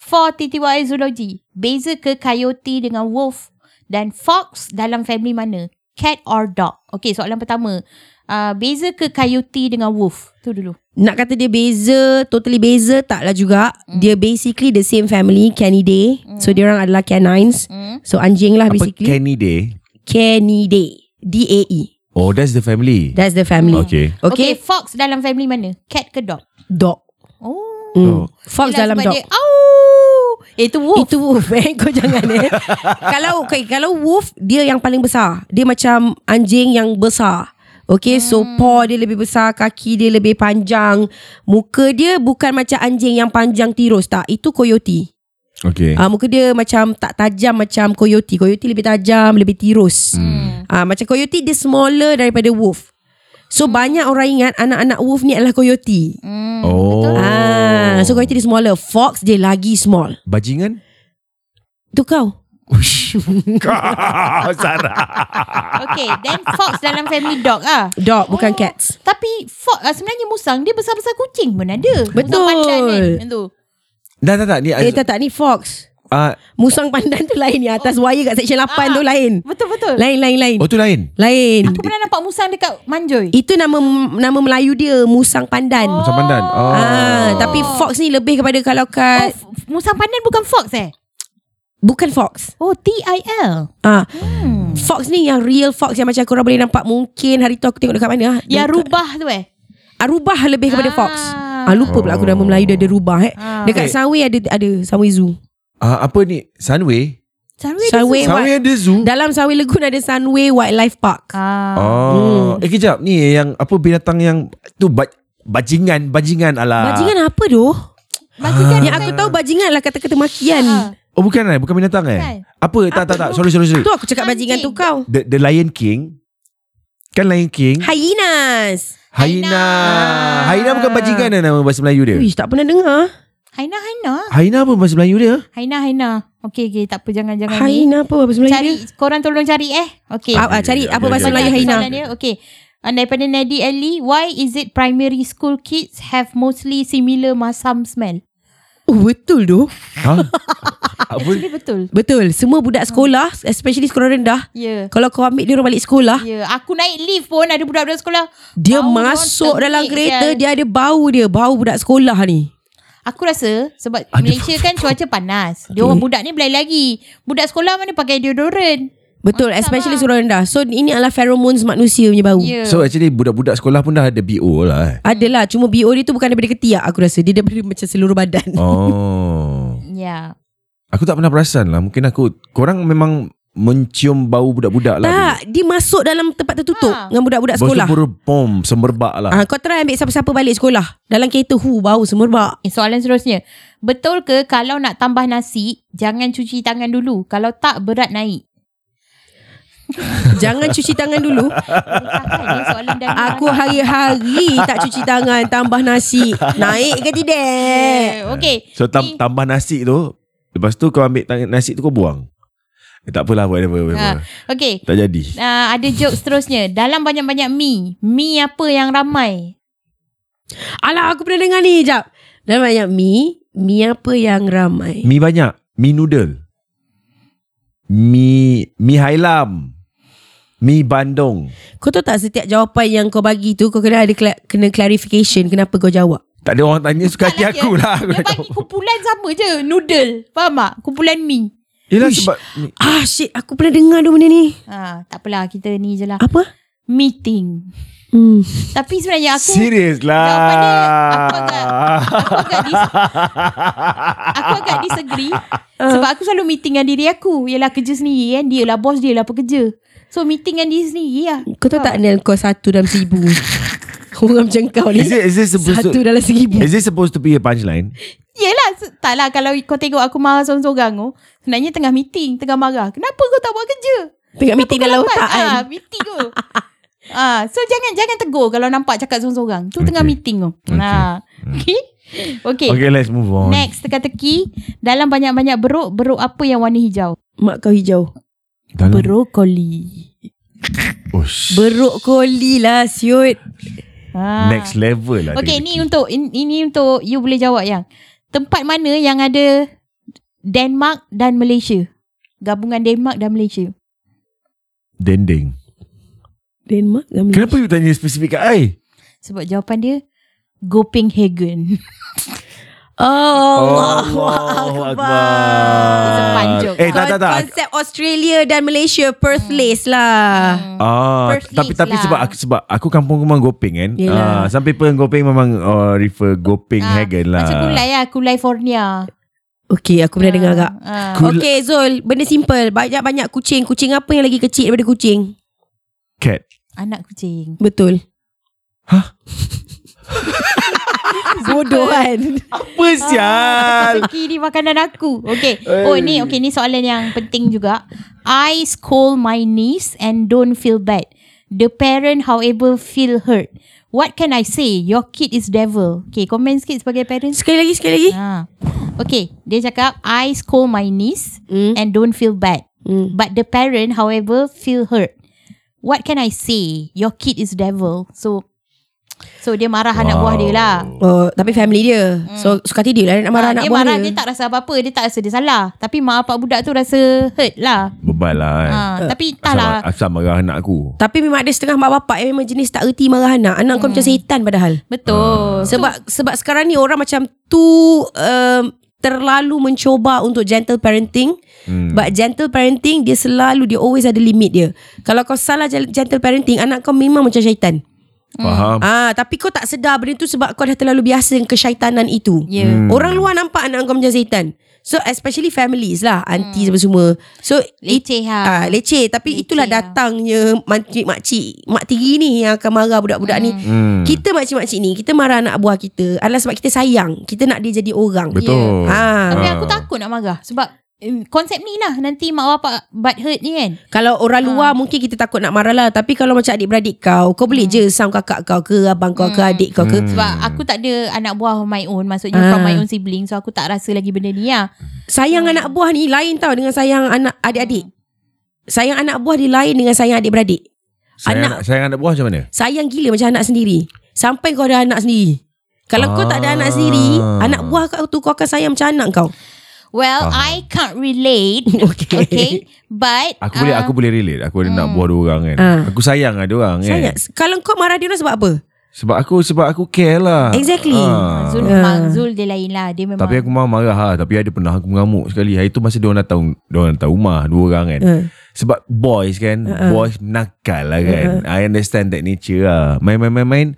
For TTY Zoology, beza ke coyote dengan wolf dan fox dalam family mana? Cat or dog? Okay, soalan pertama. Uh, beza ke coyote dengan wolf? Tu dulu.
Nak kata dia beza, totally beza taklah juga. Dia basically the same family, Canidae. So dia orang adalah canines.
Hmm.
So anjing lah
Apa
basically.
Kenny Day?
Canidae. D A E.
Oh, that's the family.
That's the family.
okay.
Okay. okay,
Okay,
fox dalam family mana? Cat ke dog?
dog.
Oh.
Oh.
Mm. Fox
Yelah,
dalam
sebab
dog.
Dia, Au! Eh, Itu wolf.
Itu wolf eh Kau jangan eh Kalau okay, Kalau wolf Dia yang paling besar Dia macam Anjing yang besar Okay so
Hmm.
paw dia lebih besar Kaki dia lebih panjang Muka dia bukan macam anjing yang panjang tirus tak Itu coyote
Okay.
Ah Muka dia macam tak tajam macam coyote Coyote lebih tajam Lebih tirus
Hmm.
Ah Macam coyote dia smaller daripada wolf So
Hmm.
banyak orang ingat Anak-anak wolf ni adalah coyote
Hmm.
Oh.
Ah, So coyote dia smaller Fox dia lagi small
Bajingan?
Tu kau
Kau, Sarah.
Okay, then fox dalam family dog ah.
Dog
Oh.
bukan cats
Tapi fox, ah, sebenarnya musang dia besar-besar kucing pun ada. Musang
Betul.
pandan kan. Yang tu.
Dah, dah, dah. Ni,
Eh
Az-
tak tak ni Fox
ah,
Musang pandan tu lain ni Atas wire kat section 8 tu lain
Betul-betul.
Lain lain lain
oh, tu lain?
Lain
Aku pernah nampak musang dekat Manjoy.
Itu nama nama Melayu dia Musang pandan
Macam pandan. Oh.
Ah, Tapi Fox ni lebih kepada Kalau
Oh,
kat
f- f- musang pandan bukan fox eh?
Bukan Fox
Oh, T-I-L.
ah. Fox ni yang real Fox Yang macam korang boleh nampak Mungkin hari tu aku tengok dekat mana ah.
Yang
Dekat-
rubah tu eh?
ah, Rubah lebih kepada
Ah.
Fox ah, Lupa pula aku nama Melayu dia ada rubah eh
Ah.
Eh.
Dekat Sawi ada ada Sawi Zoo
Ah, apa ni? Sunway?
Sunway
Sunway.
Sunway.
Eh, what?
Sunway ada zoo?
Dalam Sawi Lagoon ada Sunway Wildlife Park
Ah.
Oh,
Hmm.
eh kejap ni yang apa binatang yang tu ba- bajingan, bajingan ala.
Bajingan apa doh?
Bajingan
Yang aku tahu bajingan lah kata-kata makian
kan? Ah. kan?
Oh bukan eh, bukan binatang
Bukan.
eh. Apa? Tak tak tak. Sorry sorry
Hmm.
sorry.
Tu aku cakap bajingan tu
Anjing.
kau.
The, the Lion King. Kan Lion King?
Hyenas.
Haina.
Haina.
Haina bukan bajingan eh, nama bahasa Melayu dia.
Uish, tak pernah dengar.
Haina, Haina.
Haina apa bahasa Melayu dia?
Haina, Haina. Okey, okey. Tak apa. Jangan-jangan ni.
Haina apa bahasa Melayu
Cari,
dia?
korang tolong cari eh. Okey.
Ah, ah,
Okay,
cari apa
okay,
bahasa
okay.
Melayu Haina.
Soalan dia, okay. Uh, daripada Nadi Ali, why is it primary school kids have mostly similar masam smell?
Oh, betul tu.
Ha? apa?
Actually betul.
Betul. Semua budak sekolah, especially sekolah rendah,
Ya.
kalau kau ambil dia orang balik
Ya,
sekolah,
aku naik lift pun ada budak-budak sekolah.
dia
Bau dia
masuk
orang
dalam
tengik,
kereta,
sial.
dia ada bau dia, bau budak sekolah ni.
Aku rasa sebab Malaysia kan cuaca panas. Dia orang budak ni belai lagi. Budak sekolah mana pakai deodorant.
Betul Especially suruh rendah So ini adalah pheromones manusia punya bau
Yeah.
yeah.
So actually budak-budak sekolah pun dah ada BO lah eh.
Adalah Cuma BO dia tu bukan daripada ketiak Aku rasa Dia daripada macam seluruh badan
Oh.
yeah.
Aku tak pernah perasan lah. Mungkin aku korang memang mencium bau budak-budak lah.
Tak Dia masuk dalam tempat tertutup
Ha.
Dengan
Bos
budak-budak
tu
sekolah
pura bom semerbak lah.
Ah, kau try ambil siapa-siapa balik sekolah Dalam kereta Hu bau semerbak
Eh, soalan seterusnya. Betul ke kalau nak tambah nasi, jangan cuci tangan dulu. Kalau tak, berat naik.
Jangan cuci tangan dulu
Eh, takkan eh, soalan dari
Aku
mana?
hari-hari tak cuci tangan Tambah nasi Naik ke tidak
Eh, Okay.
So tam-
Ni-
tambah nasi tu Lepas tu kau ambil tangan nasi tu kau buang eh, Tak apalah whatever,
Ah.
Ha,
whatever.
okay.
Tak jadi
Uh, ada joke seterusnya. Dalam banyak-banyak mi, mi apa yang ramai?
Alah aku pernah dengar ni Jap Dalam banyak mi Mi apa yang ramai
Mi banyak Mi noodle Mi Mi hailam Mi bandung
Kau tahu tak setiap jawapan yang kau bagi tu Kau kena ada cla- kena clarification Kenapa kau jawab
Tak ada orang tanya suka hati
Taklah dia-
aku lah aku dah
Dia
tahu.
bagi kumpulan sama je. Noodle. Faham tak? Kumpulan mi.
Yelah
Uish.
sebab
Ah shit aku pernah dengar tu benda ni
Ha, tak apalah kita ni je lah.
Apa?
Meeting.
Hmm.
Tapi sebenarnya aku...
Serius lah
Jawapan dia, aku agak- aku agak dis- Aku agak disagree Sebab aku selalu meeting dengan diri aku Ialah kerja sendiri kan Dia lah bos dia lah pekerja So meeting dengan diri sendiri lah
Kau tahu tak Nel kau satu dalam seribu Orang macam kau ni
Is it, is it supposed
Satu
to
dalam seribu
Is it supposed to be a punchline?
Yelah se- Tak lah kalau kau tengok aku marah seorang-seorang tu Sebenarnya tengah meeting Tengah marah Kenapa kau tak buat kerja
Tengah meeting dalam kan?
Lambat. Ah,
otakan
meeting tu ah, So jangan jangan tegur Kalau nampak cakap seorang-seorang Tu tengah
Okay.
meeting tu ah. Okay Okay, okay.
Hmm. Okay, let's move on.
Eh. Next teka-teki Dalam banyak-banyak beruk Beruk apa yang warna hijau?
Mak kau hijau
Dalam,
Brokoli
Ush.
Beruk koli lah siut
ah.
Next level lah.
Okay
dia.
ni untuk in- Ini untuk You boleh jawab yang Tempat mana yang ada Denmark dan Malaysia Gabungan Denmark dan Malaysia
Dendeng.
Denmark dan Malaysia.
Kenapa you tanya spesifik kat I?
Sebab jawapan dia Copenhagen
Oh,
Sepanjang.
Eh tak tak tak. Hmm.
Konsep Australia dan Malaysia Perth lace lah
Hmm.
Ah,
Perth
tapi
Leeds
tapi
lah.
sebab aku sebab aku kampung memang Gopeng kan. Ah,
Yelah.
some people in Gopeng memang uh, refer Gopeng
Ah,
Hagen lah.
Macam kulai lah Kulai Fornia
Okay aku
Hmm.
pernah dengar agak
ah.
Kul-
Okay Zul Benda simple Banyak-banyak kucing Kucing apa yang lagi kecil daripada kucing
Cat.
Ah.
Anak kucing
Betul Hah? Bodoh kan
Apa Ah, sial?
Kiri makanan aku Okay Oh ni okay ni soalan yang penting juga I scold my niece And don't feel bad The parent however feel hurt What can I say Your kid is devil Okay comment sikit sebagai parents
Sekali lagi Sekali lagi
ha. Okay Dia cakap I scold my niece
Hmm.
And don't feel bad
Hmm.
But the parent however feel hurt What can I say Your kid is devil So So dia marah wow. anak buah dia lah
Oh, tapi family dia So suka hati dia lah Nak marah
Hmm. Ah,
anak
dia
buah
marah dia.
dia
tak rasa apa-apa Dia tak rasa dia salah Tapi mak bapak budak tu rasa hurt lah
Bebal lah kan.
Ah.
ha,
Eh,
Tapi tak
Asal,
lah
asal marah anak aku.
Tapi memang ada setengah mak bapak Yang memang jenis tak erti marah anak Anak
Hmm.
kau macam setan padahal
Betul
Sebab sebab sekarang ni orang macam tu um, terlalu mencoba untuk gentle parenting. Hmm. But gentle parenting dia selalu dia always ada limit dia. Kalau kau salah gen- gentle parenting anak kau memang macam syaitan.
Faham?
Ah tapi kau tak sedar benda tu sebab kau dah terlalu biasa dengan kesyaitanan itu.
Ya. Hmm.
Orang luar nampak anak kau macam syaitan. So especially families lah, auntie hmm. semua. So it-
Leceh lah
Ah, leceh
Leceh
tapi leceh itulah
lah.
datangnya makcik makcik mak tiri ni yang akan marah budak-budak hmm. ni.
Hmm.
Kita makcik-makcik ni Kita marah anak buah kita Adalah sebab kita sayang Kita nak dia jadi orang
Betul.
ha.
Tapi
Ah.
aku takut nak marah Sebab eh, Konsep ni lah Nanti mak bapak butt hurt ni kan
Hmm.
Kalau orang luar Mungkin kita takut nak marah lah Tapi kalau macam adik-beradik kau Kau boleh je Sound kakak kau ke Abang kau ke Adik kau
Hmm.
ke
Sebab aku tak ada Anak buah of my own Maksudnya
Ah.
from my own sibling So aku tak rasa lagi benda ni lah
Sayang anak buah ni Lain tau Dengan sayang anak adik-adik Sayang anak buah dia lain Dengan sayang adik-beradik
Sayang anak,
anak-
sayang anak buah macam mana?
Sayang gila macam anak sendiri Sampai kau ada anak sendiri Kalau kau tak ada
Ah.
anak sendiri Anak buah kau tu Kau akan sayang macam anak kau
Well
Faham.
I can't relate
Okay,
Okay But
Aku boleh
ah,
aku boleh relate. Aku ada nak buah dua orang kan.
Ah.
Aku sayang ada orang kan.
Sayang Kalau kau marah dia orang sebab apa?
Sebab aku sebab aku care lah.
Exactly.
Ah.
Zul,
Ah.
Mak Zul dia lain lah Dia memang
ha. Tapi aku memang marah lah Tapi ada pernah aku mengamuk sekali Hari tu masa dia orang datang Dia orang datang rumah Dua orang kan
Hmm.
Sebab boys kan uh-uh. Boys nakal lah kan uh-uh. I understand that nature lah Main-main-main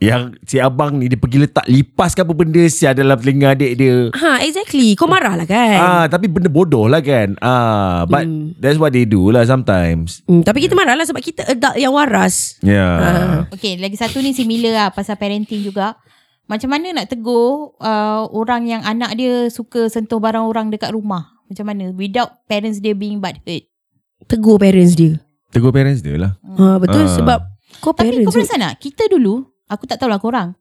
Yang si abang ni Dia pergi letak lipas ke apa benda Si ada dalam telinga adik dia
Ha, exactly. Kau marah lah kan?
Ah, tapi benda bodoh lah kan. Ah, but mm. that's what they do lah sometimes. Ya.
Hmm, tapi kita marah lah sebab kita adult yang waras.
Yeah.
Okay, lagi satu ni similar lah pasal parenting juga. Macam mana nak tegur uh, orang yang anak dia suka sentuh barang orang dekat rumah? Macam mana? Without parents dia being butthurt.
Tegur parents dia.
Tegur parents dia lah.
Ha, betul
Ah.
sebab kau
Hmm. Tapi kau
parents.
perasan tak? Kita dulu, aku tak tahulah korang.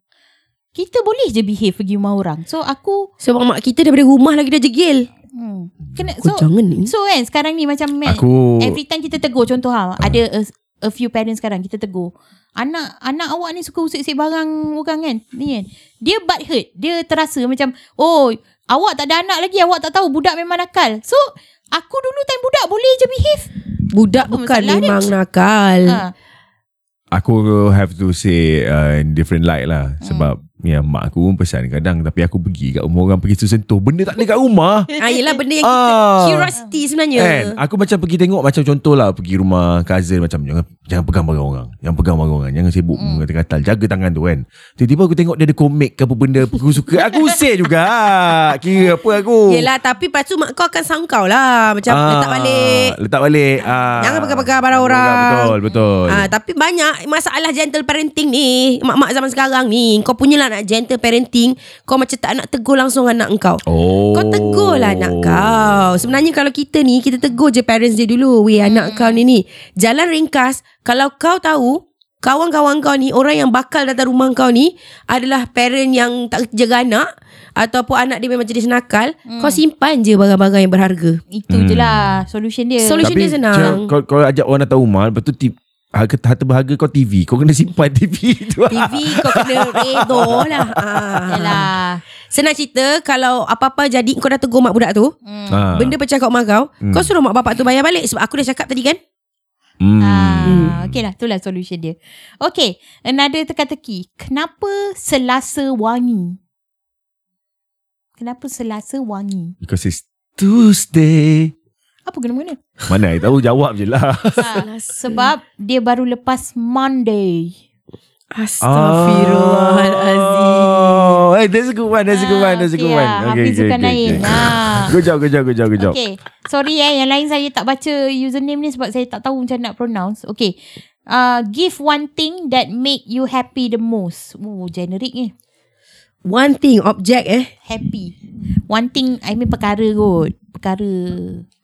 Kita boleh je behave pergi rumah orang. So aku,
sebab mak kita daripada rumah lagi dah jegil.
hmm, kena,
Kau
so,
jangan ni.
so kan sekarang ni macam Matt,
Aku
Every time kita tegur Contoh
Ah.
ha, Ada a, a few parents sekarang Kita tegur Anak anak awak ni Suka usik-usik barang Orang kan Ni kan Dia butt hurt Dia terasa macam Oh Awak tak ada anak lagi Awak tak tahu Budak memang nakal So Aku dulu time budak Boleh je behave
Budak
apa
bukan
masalah dia?
memang nakal.
Hmm.
ha.
Aku have to say uh, in different light lah
Hmm.
sebab ya mak aku pun pesan kadang tapi aku pergi kat rumah orang pergi sentuh benda tak ada kat rumah.
Ah, yelah benda yang kita
ah.
curiosity sebenarnya.
Kan? Aku macam pergi tengok macam contoh lah pergi rumah cousin macam jangan jangan pegang barang orang. Jangan pegang barang orang. Jangan sibuk mm.
Hmm.
mengata-katal. Jaga tangan tu kan. Tiba-tiba aku tengok dia ada komik ke apa benda aku suka. Aku usir juga. Ah, Kira apa aku?
Yelah tapi lepas tu mak kau akan sound kau lah. Macam
Ah,
letak balik.
Letak balik. Ah.
Jangan pegang-pegang barang orang.
Betul, betul.
Ah, tapi banyak masalah gentle parenting ni. Mak-mak zaman sekarang ni. Kau punyalah nak gentle parenting. Kau macam tak nak tegur langsung anak kau.
Oh.
Kau tegur lah anak kau Sebenarnya kalau kita ni Kita tegur je parents dia dulu Weh anak kau ni ni Jalan ringkas Kalau kau tahu Kawan-kawan kau ni Orang yang bakal datang rumah kau ni Adalah parent yang tak jaga anak Ataupun anak dia memang jenis nakal Kau simpan je barang-barang yang berharga
Itu je
Hmm.
lah Solution dia
Solu- Solution dia senang.
macam Kau, kau ajak orang datang rumah Lepas tu tip, harga, Harta berharga kau TV Kau kena simpan TV tu
TV kau kena redha lah ah.
Yalah
Senang cerita Kalau apa-apa jadi Kau dah tegur mak budak tu
Hmm.
Ah.
Benda pecah kat mak kau Kau suruh mak bapak tu bayar balik Sebab aku dah cakap tadi kan
hmm.
Ah, okay lah, itulah solution dia. Okay, another teka-teki. Kenapa selasa wangi? Kenapa selasa wangi?
Because it's Tuesday
Apa kena-mena?
Mana I tahu jawab je lah
ha, sebab dia baru lepas Monday.
Astaghfirullahalazim
oh, hey, That's a good one That's a good
Ah,
one That's a good
okay
one
lah, Hafizukan Naim. Ah.
Good job Good job Good job, good job.
Okay, sorry eh, yang lain saya tak baca username ni sebab saya tak tahu macam nak pronounce. Okay, uh, give one thing that make you happy the most. Oh, generic ni.
One thing Objek eh
Happy. One thing, I mean perkara kot. Perkara.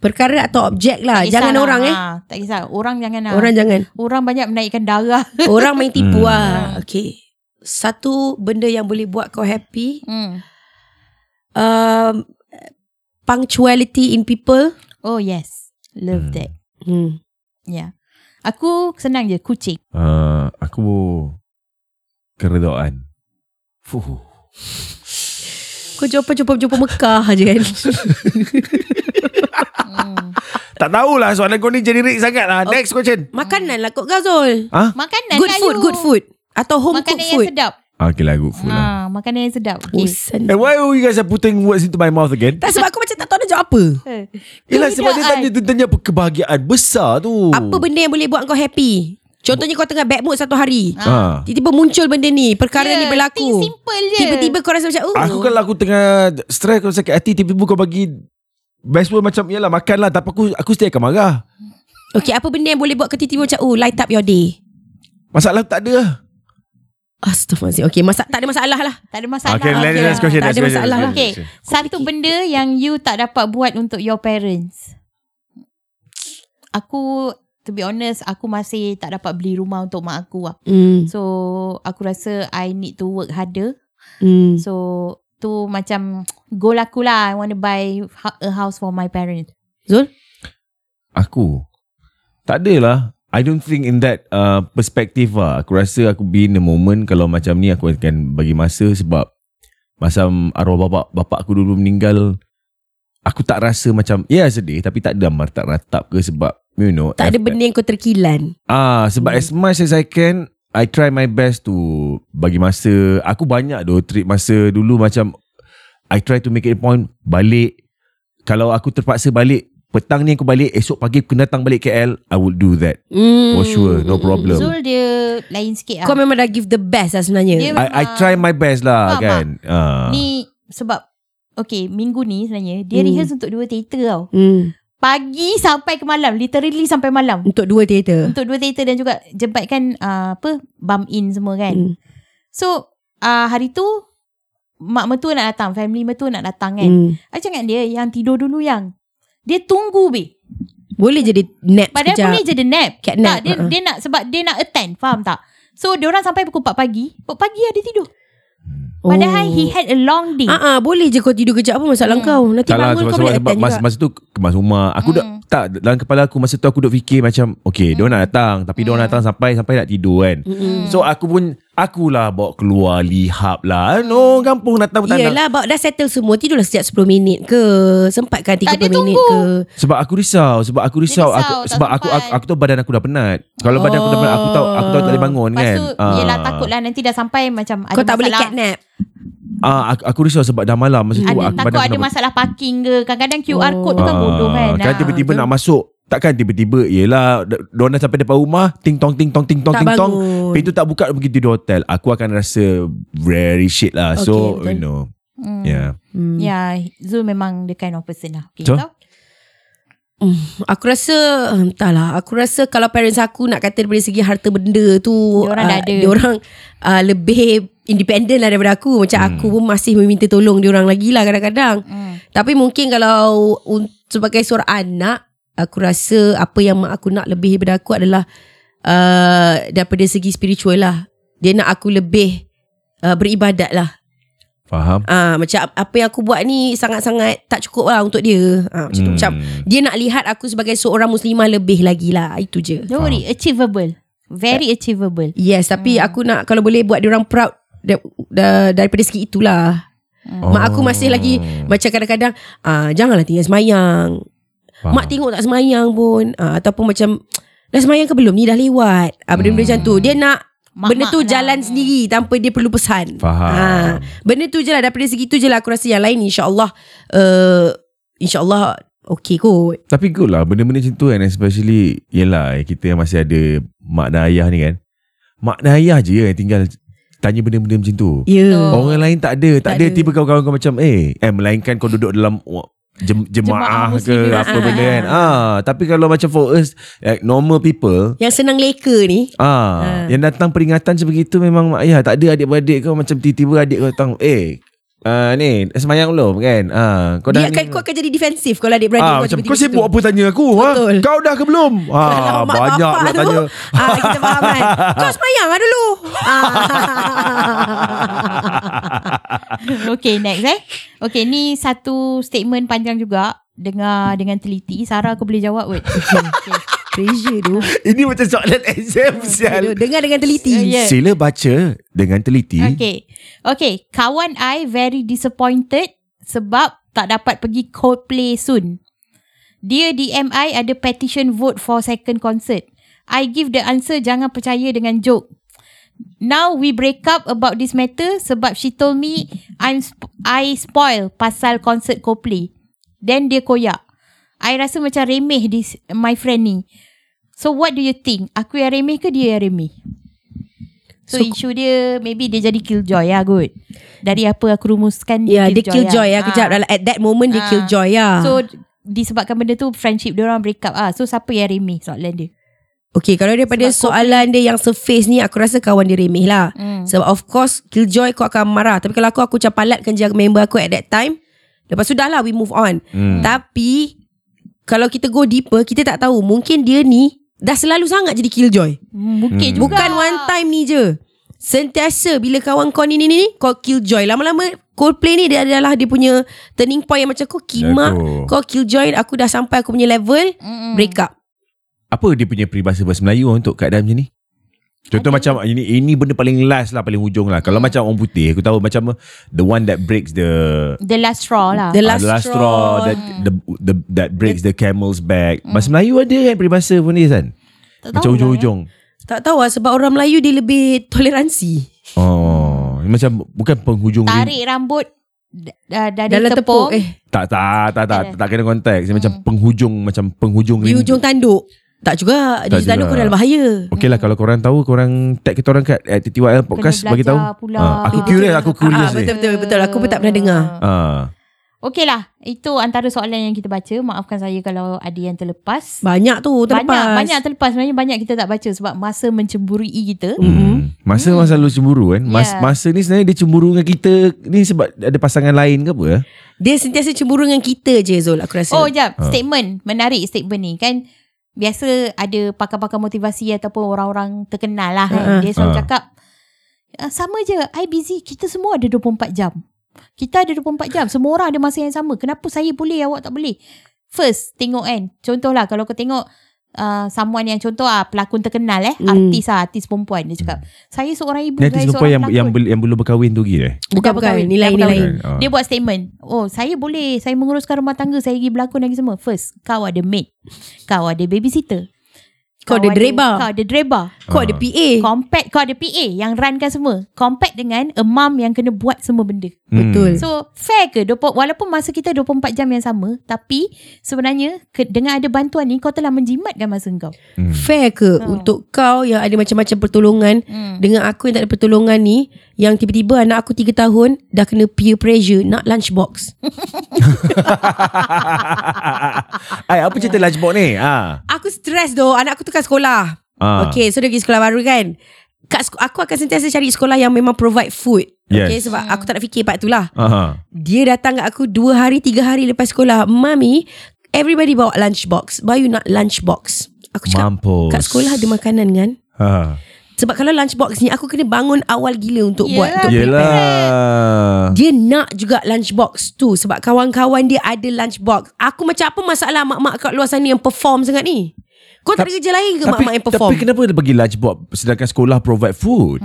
Perkara atau objek lah
Tak
Jangan
kisahlah,
orang eh
ha, Tak kisah, orang jangan lah.
Orang jangan
Orang banyak menaikkan darah.
Orang main tipu lah Okay Satu benda yang boleh buat kau happy
Hmm.
um, Punctuality in people
Oh yes. Love
Hmm.
that.
hmm.
Yeah. Aku senang je kucing.
Ah, Aku Keredoan Fuh
Kau jumpa-jumpa-jumpa Mekah je kan
Hmm.
Tak tahulah soalan kau ni generik sangat lah Next question
Makanan lah kot Gazul
Makanan
Good
lah
food
you.
Good food Atau home
Makanan
cooked
yang
food
sedap.
Ah, Okay lah good food lah
Ha, makanan yang sedap. Okay.
Bosan
And why you guys are putting words into my mouth again?
Tak sebab aku macam tak tahu nak jawab apa
Ha.
Yelah sebab dia tanya tentang apa kebahagiaan besar tu.
Apa benda yang boleh buat kau happy Contohnya kau tengah bad mood satu hari
Ha.
Tiba-tiba muncul benda ni Perkara
Ya,
ni Ah. berlaku
thing simple je.
Tiba-tiba kau rasa macam oh,
Aku kalau aku tengah stress kau sakit hati tiba-tiba kau bagi best word macam yalah makan lah tapi aku aku still akan marah.
Okay apa benda yang boleh buat kau tiba-tiba macam Oh light up your day
Masalah tak ada. lah.
Astaghfirullahaladzim Okay masa, tak ada masalah lah
Tak ada masalah.
Okay, let-
Okay.
let's go. question,
Tak
next
ada
question,
masalah lah
next
Okay. Satu benda yang you tak dapat buat untuk your parents. Aku, to be honest, aku masih tak dapat beli rumah untuk mak aku lah.
hmm,
So, aku rasa I need to work harder.
hmm.
So tu macam goal aku lah. I want to buy hu- a house for my parents.
Zul
Aku tak adalah. I don't think in that uh, perspective lah. Aku rasa aku be in the moment kalau macam ni aku akan bagi masa sebab macam arwah bapak bapak aku dulu meninggal aku tak rasa macam ya yeah, sedih tapi tak ada martak-ratap ke sebab you know
Tak ada
effort.
benda yang kau terkilan
Ah, sebab as much as I can, I try my best to bagi masa. Aku banyak doh trip masa dulu macam I try to make it a point balik. Kalau aku terpaksa balik petang ni aku balik, esok pagi aku kena datang balik KL, I will do that. Mm. For sure, no problem.
Zul Ya, dia lain sikit
Hmm.
lah.
Kau memang dah give the best lah sebenarnya.
Dia
I, I try my best lah
Faham
kan. Ah.
Ni sebab Okay minggu ni sebenarnya Dia
Ha. Hmm.
hmm. rehearse untuk dua teater tau
Hmm.
Pagi sampai ke malam Literally sampai malam
Untuk dua teater.
Untuk dua teater dan juga Jebatkan uh, Apa Bump in semua kan
Hmm.
So uh, Hari tu Mak mertua nak datang Family mertua nak datang kan
Hmm.
Aku cakap dengan dia Yang tidur dulu yang Dia tunggu be
Boleh jadi nap
Padahal
sekejap.
boleh je dia nap
Cat
tak,
nap,
dia,
uh-uh.
dia nak Sebab dia nak attend Faham tak So dia orang sampai pukul 4 pagi Pukul pagi lah dia tidur Padahal he had a long day
Oh. Ah, ah, boleh je kau tidur kejap apa masalah hmm. kau. Nanti
tak lah
bangun
sebab,
kau
sebab,
boleh
sebab
attend
masa,
juga.
masa tu kemas rumah aku hmm. dah, tak dalam kepala aku masa tu aku duk fikir macam okay hmm. diorang nak datang tapi hmm. diorang datang sampai sampai nak tidur kan hmm. so aku pun akulah bawa keluar lihap lah no kampung datang tak nak
Yelah, bawa dah settle semua. Tidurlah sejak 10 minit ke. Sempatkan 30
Tak, dia
minit
tunggu.
ke.
sebab aku risau sebab aku risau,
risau,
aku,
tak
sebab aku,
sempat.
aku aku tahu badan aku dah penat kalau badan aku dah penat aku tahu aku tahu tak boleh bangun
Lepas
kan
tu
Ah.
Yelah takut lah Nanti dah sampai macam
Kau tak boleh
masalah.
cat nap.
Ah, aku, aku risau sebab dah malam masa tu
ada,
aku
Takut
aku
ada
dah
masalah parking ke Kadang-kadang QR
Oh.
code tu kan bodoh kan
kan
Ah.
tiba-tiba nak masuk Takkan tiba-tiba Yelah Diorang dah sampai depan rumah Ting tong ting tong ting tong
Tak
ting tong
bangun.
Pintu tak buka Pergi tidur hotel Aku akan rasa Very shit lah
Okay,
So
betul.
you know
Hmm.
Yeah
Hmm.
Ya Zul memang the kind of person lah okay,
Betul.
tau?
Aku rasa Entahlah Aku rasa kalau parents aku Nak kata daripada segi harta benda tu ah,
Diorang dah ada.
Diorang uh, Lebih Independent lah daripada aku Macam hmm. aku pun masih Meminta tolong diorang lagi lah Kadang-kadang
Hmm.
Tapi mungkin kalau un- Sebagai seorang anak Aku rasa Apa yang mak aku nak Lebih daripada aku adalah uh, Daripada segi spiritual lah Dia nak aku lebih uh, Beribadat lah
Faham
Ah macam ap- apa yang aku buat ni sangat-sangat tak cukup lah untuk dia. Ah macam hmm. tu
Hmm.
macam dia nak lihat aku sebagai seorang muslimah lebih lagi lah. Itu je.
Don't worry Achievable Very achievable
Yes, tapi hmm. aku nak kalau boleh buat dia orang proud da, da, daripada segi itulah.
Hmm.
Oh.
Mak aku masih lagi
Hmm.
macam kadang-kadang ah janganlah tinggal semayang.
Faham.
Mak tengok tak semayang pun ah, ataupun macam dah semayang ke belum ni dah lewat. Ah benda-benda hmm. macam tu. Dia nak
Mak-mak
benda tu
lah.
jalan sendiri tanpa dia perlu pesan.
Faham.
Ah. Benda tu je lah daripada segi tu je lah aku rasa yang lain insya-Allah uh, insya-Allah okey kot.
Tapi good lah Benda-benda macam tu kan Especially Yelah eh, Kita yang masih ada Mak dan ayah ni kan Mak dan ayah je yang tinggal Tanya benda-benda macam tu
Ya. Yeah.
Betul.
Orang lain tak ada Tak,
Tak
ada,
ada.
tiba kawan-kawan kau macam Eh eh Melainkan kau duduk dalam wa- jem, Jemaah,
Jemaah
ke
Muslim.
Apa
Ah.
benda kan ah, Tapi kalau macam for us like Normal people
Yang senang leka ni.
ah, Yang datang peringatan sebegitu Memang mak ayah Tak ada adik-beradik kau Macam tiba-tiba adik kau datang Eh uh, Ni Semayang belum kan ah, Kau dah
Dia akan kau akan jadi defensif kalau adik beradik
Ah, macam kau sibuk apa tanya aku ha?
Betul.
Kau dah ke belum
Kalau
ah,
mak
Banyak
bapak
pula
tu,
tanya
ah, Kita faham kan Kau semayang lah dulu
Okay next eh Okay ni satu statement panjang juga Dengar dengan teliti Sarah aku boleh jawab kot okay.
Pressure tu
Ini macam soalan exam sial
Dengar dengan teliti
Ya. Yeah.
Sila baca Dengan teliti
Okay. Okay. Kawan I very disappointed sebab tak dapat pergi Coldplay soon. Dia DM I ada petition vote for second concert. I give the answer jangan percaya dengan joke. Now we break up about this matter sebab she told me I'm sp- I spoil pasal concert Coldplay. Then dia koyak. I rasa macam remeh this my friend ni. So what do you think? Aku yang remeh ke dia yang remeh? So, so isu dia maybe dia jadi killjoy lah kot. Dari apa aku rumuskan
Ya dia killjoy lah
Ah.
Kejap dalam At that moment dia
Ah.
killjoy lah
So disebabkan benda tu friendship dia orang break up ah. So siapa yang remeh soalan dia?
Okay kalau daripada
Sebab kau-
soalan dia yang surface ni Aku rasa kawan dia remeh lah
Hmm.
Sebab of course Killjoy kau akan marah Tapi kalau aku Aku macam palatkan je member aku at that time Lepas tu dah lah we move on
Hmm.
Tapi Kalau kita go deeper Kita tak tahu Mungkin dia ni Dah selalu sangat jadi killjoy
Hmm, Mungkin
Hmm.
juga.
Bukan one time ni je Sentiasa bila kawan kau ni ni ni ni, Kau killjoy Lama-lama Coldplay ni dia adalah dia punya Turning point yang macam
Ya,
Kau kimak
Betul.
Kau killjoy Aku dah sampai aku punya level
Mm-mm.
Break up
apa dia punya peribahasa bahasa Melayu untuk keadaan macam ni? Contoh macam ini ini benda paling last lah paling hujung lah.
Hmm.
Kalau macam orang putih aku tahu macam the one that breaks the
The last straw lah.
The
ah,
last,
the last straw, that the, the that breaks the camel's back.
Hmm.
Bahasa Melayu ada kan peribahasa pun ni kan?
Tak
ya.
Macam
tahu lah,
hujung-hujung.
Tak tahu lah Sebab orang Melayu Dia lebih toleransi
Oh, macam bukan penghujung
Tarik rambut d- uh, dari
Dalam tepung, eh
Tak tak tak tak tak kena konteks. Dia macam penghujung macam penghujung
Hmm. di
rindu.
hujung tanduk. Tak juga.
Tak
di hujung tanduk
juga.
kau dalam bahaya.
Okey lah kalau korang tahu korang tag kita orang kat at TTYL podcast
belajar
bagi tahu.
pula.
Ah, aku
Ah,
curious, aku curious
Ah,
ni.
betul betul betul. Aku pun tak pernah dengar.
Ah,
Okey lah. Itu antara soalan yang kita baca. Maafkan saya kalau ada yang terlepas.
Banyak tu terlepas.
Banyak, banyak terlepas. Sebenarnya banyak kita tak baca sebab masa mencemburui kita.
Mhm. Mm-hmm.
Hmm. Masa hmm. masa lu cemburu kan Mas,
Ya.
Yeah.
Masa ni sebenarnya dia cemburu dengan kita Ni sebab ada pasangan lain ke apa eh?
Dia sentiasa cemburu dengan kita je Zul aku rasa.
Oh,
Ha.
jap. Statement. Menarik statement ni kan. Biasa ada pakar-pakar motivasi ataupun orang-orang terkenal lah kan.
Ha, ha.
Dia selalu
Ha.
cakap, "Ah, sama je. I busy. Kita semua ada 24 jam. Kita ada 24 jam. Semua orang ada masa yang sama. Kenapa saya boleh, awak tak boleh? First, tengok kan. Contohlah kalau kau tengok Uh, someone yang contoh ah pelakon terkenal eh
Hmm.
artis ah artis perempuan dia cakap saya seorang ibu
Ni Hmm. artis
saya
perempuan yang,
seorang
yang,
pelakon."
bel, yang belum berkahwin tu gila eh?
bukan
dah
bukan
berkahwin,
nilai
dah
nilai.
berkahwin.
Ah.
Dia buat statement Oh saya boleh Saya menguruskan rumah tangga Saya pergi berlakon lagi semua First Kau ada maid Kau ada babysitter
Kau ada Eh. driver.
Kau ada driver
Kau ada
Ah.
PA.
Compact Kau ada PA Yang runkan semua Compact dengan A mom yang kena buat semua benda
Betul.
So fair ke 20, Walaupun masa kita 24 jam yang sama Tapi Sebenarnya ke, Dengan ada bantuan ni Kau telah menjimatkan masa kau
Hmm.
Fair ke untuk kau yang ada macam-macam pertolongan
Hmm.
dengan aku yang tak ada pertolongan ni yang tiba-tiba anak aku 3 tahun dah kena peer pressure nak lunchbox.
Ay, Hmm. apa cerita
Ya.
lunchbox ni? Ah.
Aku stres doh Anak aku tukar sekolah
Ah.
Okay so dia pergi sekolah baru kan Kat, sek- aku akan sentiasa cari sekolah yang memang provide food
Yes.
Okay sebab aku tak nak fikir part tu lah
Aha.
Dia datang kat aku Dua hari tiga hari lepas sekolah Mami Everybody bawa lunchbox Why you not lunchbox Aku cakap
Mampus.
Kat sekolah ada makanan kan
Ha.
Sebab kalau lunchbox ni Aku kena bangun awal gila untuk buat
Yeah.
untuk prepare.
Yelah.
Dia nak juga lunchbox tu Sebab kawan-kawan dia ada lunchbox Aku macam apa masalah Mak-mak kat luar sana yang perform sangat ni Kau tak ada kerja lain ke mak-mak yang perform
tapi kenapa dia bagi lunchbox sedangkan sekolah provide food?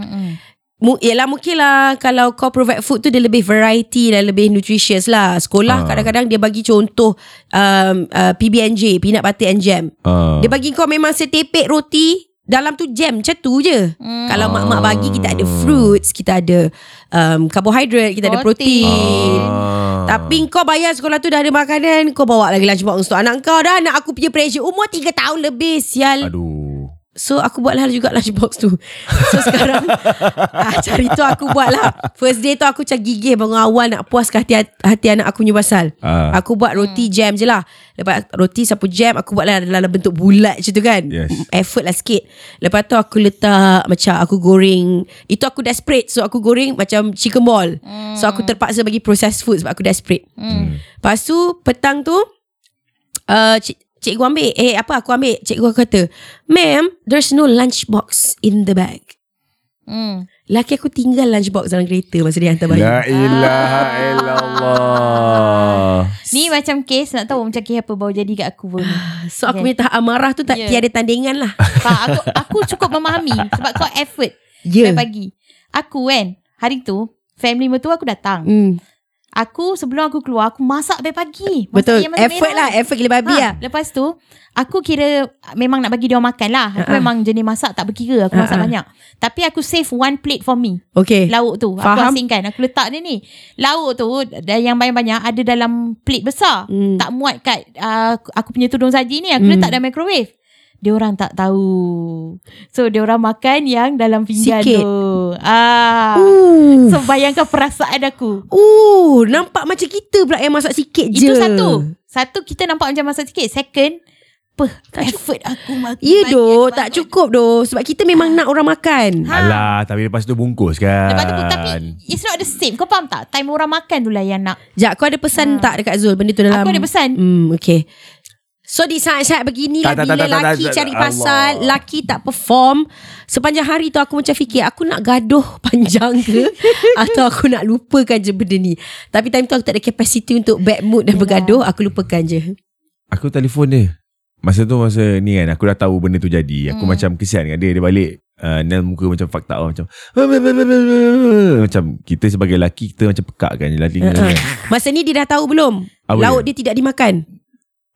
M- Yelah mungkin lah Kalau kau provide food tu Dia lebih variety dan Lebih nutritious
Ah.
lah Sekolah kadang-kadang Dia bagi contoh um, uh, PB&J Peanut butter and jam
Ah.
Dia bagi kau memang setepek roti dalam tu jam macam tu je. Hmm. Kalau mak-mak bagi kita ada fruits, kita ada um, carbohydrate, kita ada
Protein.
protein.
Ah.
Tapi kau bayar sekolah tu dah ada makanan, kau bawa lagi lunchbox untuk anak kau dah. Anak aku punya pressure umur 3 tahun lebih sial.
Aduh.
So aku buat lah juga lunchbox tu. So sekarang ah, cari tu aku buat lah. First day tu aku macam gigih bangun awal nak puaskan hati, hati anak aku punya pasal.
Ah.
Aku buat roti hmm. jam je lah Lepas roti sapu jam Aku buat lah dalam bentuk bulat macam tu kan
Yes.
Effort lah sikit Lepas tu aku letak Macam aku goreng Itu aku desperate So aku goreng macam chicken ball hmm. So aku terpaksa bagi processed food Sebab aku desperate hmm. Lepas tu petang tu uh, cik, Cikgu ambil Eh apa aku ambil Cikgu aku kata Ma'am There's no lunch box in the bag
hmm.
Laki aku tinggal lunch box dalam kereta Masa dia hantar bayi
La ilaha illallah.
Ni macam kes Nak tahu macam kes apa Baru jadi kat aku pun
So Ah, aku punya tahap amarah tu tak
Yeah.
Tiada tandingan lah
ha, aku, aku cukup memahami Sebab kau effort yeah.
Ya
pagi Aku kan Hari tu Family mertua aku datang
Hmm.
Aku sebelum aku keluar Aku masak dari pagi Masak
Betul
yang masak
Effort
merah.
lah Effort gila babi lah
ha, Lepas tu Aku kira Memang nak bagi dia orang makan lah Aku
Ha-ha.
uh-huh. memang jenis masak Tak berkira Aku uh-huh. masak
Ha-ha.
banyak Tapi aku save one plate for me
Okay
Lauk tu
Eh, Faham.
Aku asingkan Aku letak dia ni Lauk tu dan Yang banyak-banyak Ada dalam plate besar
Hmm.
Tak muat kat uh, Aku punya tudung saji ni Aku
Hmm.
letak dalam microwave dia orang tak tahu. So dia orang makan yang dalam pinggan
Sikit.
tu. Ah.
Ooh.
So bayangkan perasaan aku.
Ooh, Uh, nampak macam kita pula yang masak sikit je.
Itu satu. Satu kita nampak macam masak sikit. Second, apa effort aku makan.
Ya doh, tak cukup doh sebab kita memang nak orang makan.
Ha.
Alah, tapi lepas tu bungkus kan.
Lepas tu pun tapi It's not the same Kau faham tak Time orang makan tu lah yang nak
Jap, kau ada pesan tak dekat Zul benda tu
Ha.
dalam
Aku ada pesan.
Hmm, okay. So di saat-saat begini lah
Tak, tak, tak,
bila
tak, tak,
laki
tak, tak.
cari
Allah.
pasal, laki tak perform, sepanjang hari tu aku macam fikir aku nak gaduh panjang ke atau aku nak lupakan je benda ni. Tapi time tu aku tak ada capacity untuk bad mood dan bergaduh, aku lupakan je.
Aku telefon dia. Masa tu masa ni kan aku dah tahu benda tu jadi.
Mm.
Aku hmm. macam kesian dengan dia. Dia balik uh, Nel muka macam fakta orang macam macam kita sebagai lelaki kita macam pekak kan lelaki uh,
Uh-uh. Masa ni dia dah tahu belum?
Apa
Lauk dia? dia tidak dimakan.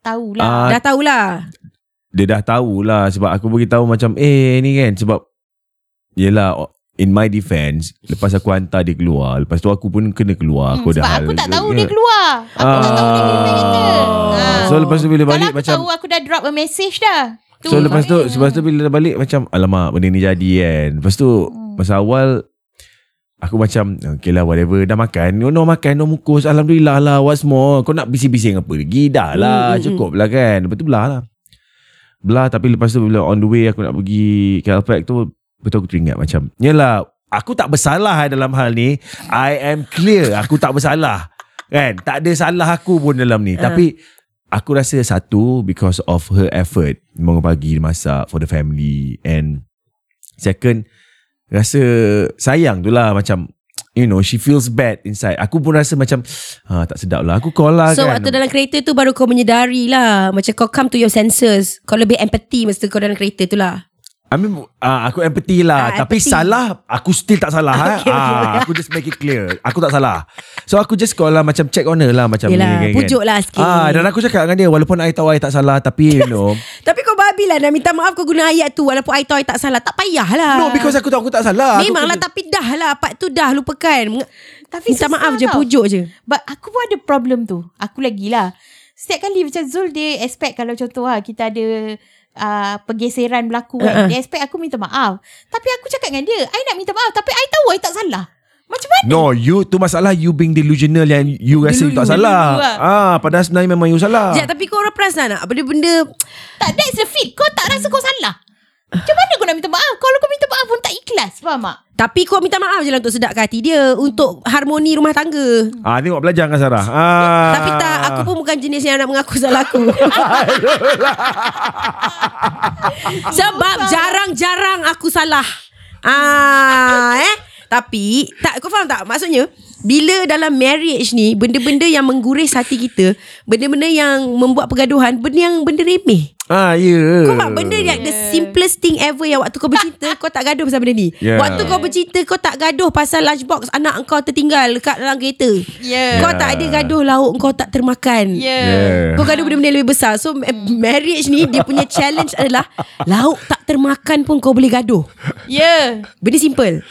Tahu
Ah,
lah
Dah tahulah.
dia dah tahulah sebab aku beritahu macam eh ni kan sebab yelah o- in my defense, lepas aku hantar dia keluar, lepas tu aku pun kena keluar. Aku
Hmm, Sebab
dah
aku
hal- Ah.
tak tahu dia keluar. Aku tak tahu dia keluar kita. Ha.
So lepas tu bila
Kalau
balik
aku
macam
tahu aku dah drop a message dah. Tu.
So lepas tu Lepas tu bila dah balik Macam alamak Benda ni jadi kan Lepas tu hmm. Masa awal Aku macam Okay lah whatever Dah makan No, no makan No mukus Alhamdulillah lah What's more Kau nak bising-bising apa lagi Dah lah hmm, Cukup lah kan Lepas tu belah lah Belah tapi lepas tu Bila on the way Aku nak pergi Calpack tu Betul aku teringat macam Yelah Aku tak bersalah eh dalam hal ni I am clear Aku tak bersalah Kan Tak ada salah aku pun dalam
Ah.
ni uh. Tapi Aku rasa satu Because of her effort Bangun pagi masak For the family And Second Rasa Sayang tu lah Macam You know She feels bad inside Aku pun rasa macam ah, Tak sedap lah Aku call lah
So
kan
waktu dalam kereta tu Baru kau menyedari lah Macam kau come to your senses Kau lebih empathy Masa kau dalam kereta tu lah
I mean, uh, aku empathy lah.
Ah,
Uh, tapi
empathy.
salah, aku still tak salah. Okay,
Okay, okay.
Ah, aku just make it clear. Aku tak salah. So aku just call lah macam check on her lah macam
Yelah,
ni.
pujuk lah sikit.
Ah, dan aku cakap dengan dia walaupun I tahu I tak salah tapi you know.
Tapi kau babi lah Nak minta maaf kau guna ayat tu Walaupun I tahu I tak salah Tak payah lah
no, because aku tahu aku tak salah. Aku
Memanglah
kena-
tapi dah lah Part tu dah lupakan Meng-
Tapi
Minta
susah
maaf je
tau.
Pujuk je
But aku pun ada problem tu. Aku lagi lah. Setiap kali macam Zul dia expect kalau contoh lah kita ada uh, pergeseran berlaku kan.
Uh-uh.
Uh-uh. Dia expect aku minta maaf. Tapi aku cakap dengan dia, I nak minta maaf tapi I tahu I tak salah. Macam mana?
No, you tu masalah you being delusional yang you rasa you tak
Delusional
salah.
lah.
Ah, padahal sebenarnya memang you salah.
Sekejap tapi kau orang perasan tak Benda-benda
Tak, that's the fit. Kau tak rasa kau salah. Macam mana kau nak minta maaf? Kalau kau minta maaf pun tak ikhlas. Faham tak?
Tapi kau minta maaf je lah Untuk sedapkan hati dia Untuk harmoni rumah tangga
Ah, tengok belajar dengan Sarah. Ah.
Tapi tak Aku pun bukan jenis yang nak mengaku salah aku Sebab jarang-jarang aku salah Ah, eh Tapi tak, Kau faham tak Maksudnya Bila dalam marriage ni Benda-benda yang mengguris hati kita Benda-benda yang Membuat pergaduhan Benda yang benda remeh
Ah, ya. Yeah.
kau faham benda yang The simplest thing ever Yang waktu kau bercinta Kau tak gaduh pasal benda ni yeah.
Yeah.
Waktu kau bercinta Kau tak gaduh pasal lunchbox Anak kau tertinggal Dekat dalam kereta
Yeah.
Kau tak ada gaduh lauk Kau tak termakan
Yeah.
kau gaduh benda-benda yang lebih besar So ma- marriage ni Dia punya challenge adalah Lauk tak termakan pun Kau boleh gaduh
Yeah.
Benda simple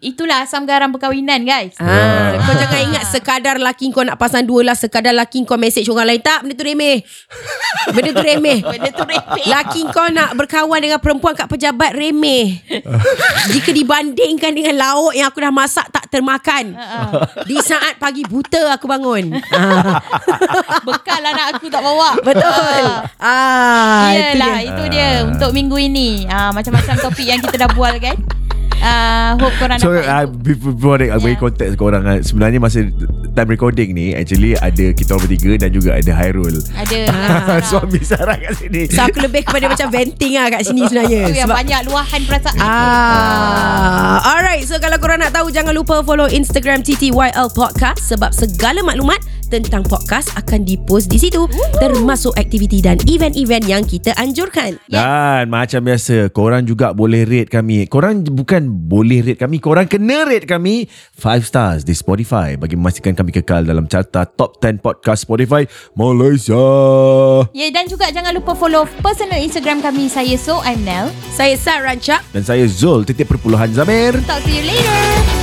Itulah asam garam perkahwinan guys.
ah, Kau jangan ingat Sekadar laki kau nak pasang dua lah Sekadar laki kau message orang lain Tak benda tu remeh Benda tu remeh
Benda tu repek.
Laki kau nak berkawan dengan perempuan kat pejabat remeh. Jika dibandingkan dengan lauk yang aku dah masak tak termakan. Di saat pagi buta aku bangun. Ah,
Bekal anak aku tak bawa.
Betul. Ah,
Yelah
itu dia. Ah.
itu dia Untuk minggu ini ah, Macam-macam topik yang kita dah bual kan ah, Hope korang
So
dapat
uh, before, before that
Ya.
Aku bagi
Yeah.
konteks korang ah. Sebenarnya masa Time recording ni Actually ada Kita orang bertiga Dan juga ada Hairul
Ada
Ah.
Ah,
Suami Sarah kat sini
So aku lebih kepada macam venting lah kat sini sebenarnya.
Itu yang
Sebab
banyak luahan perasaan
Ah, alright. So kalau korang nak tahu jangan lupa follow Instagram TTYL Podcast sebab segala maklumat tentang podcast akan dipost di situ termasuk aktiviti dan event-event yang kita anjurkan.
Dan macam biasa Korang juga boleh rate kami Korang bukan boleh rate kami Korang kena rate kami 5 stars di Spotify Bagi memastikan kami kekal dalam carta Top 10 Podcast Spotify Malaysia
Ya dan juga jangan lupa follow personal Instagram kami Saya So I'm Nell
Saya Sarah Rancak
Dan saya Zul Titik perpuluhan Zamir
Talk to you later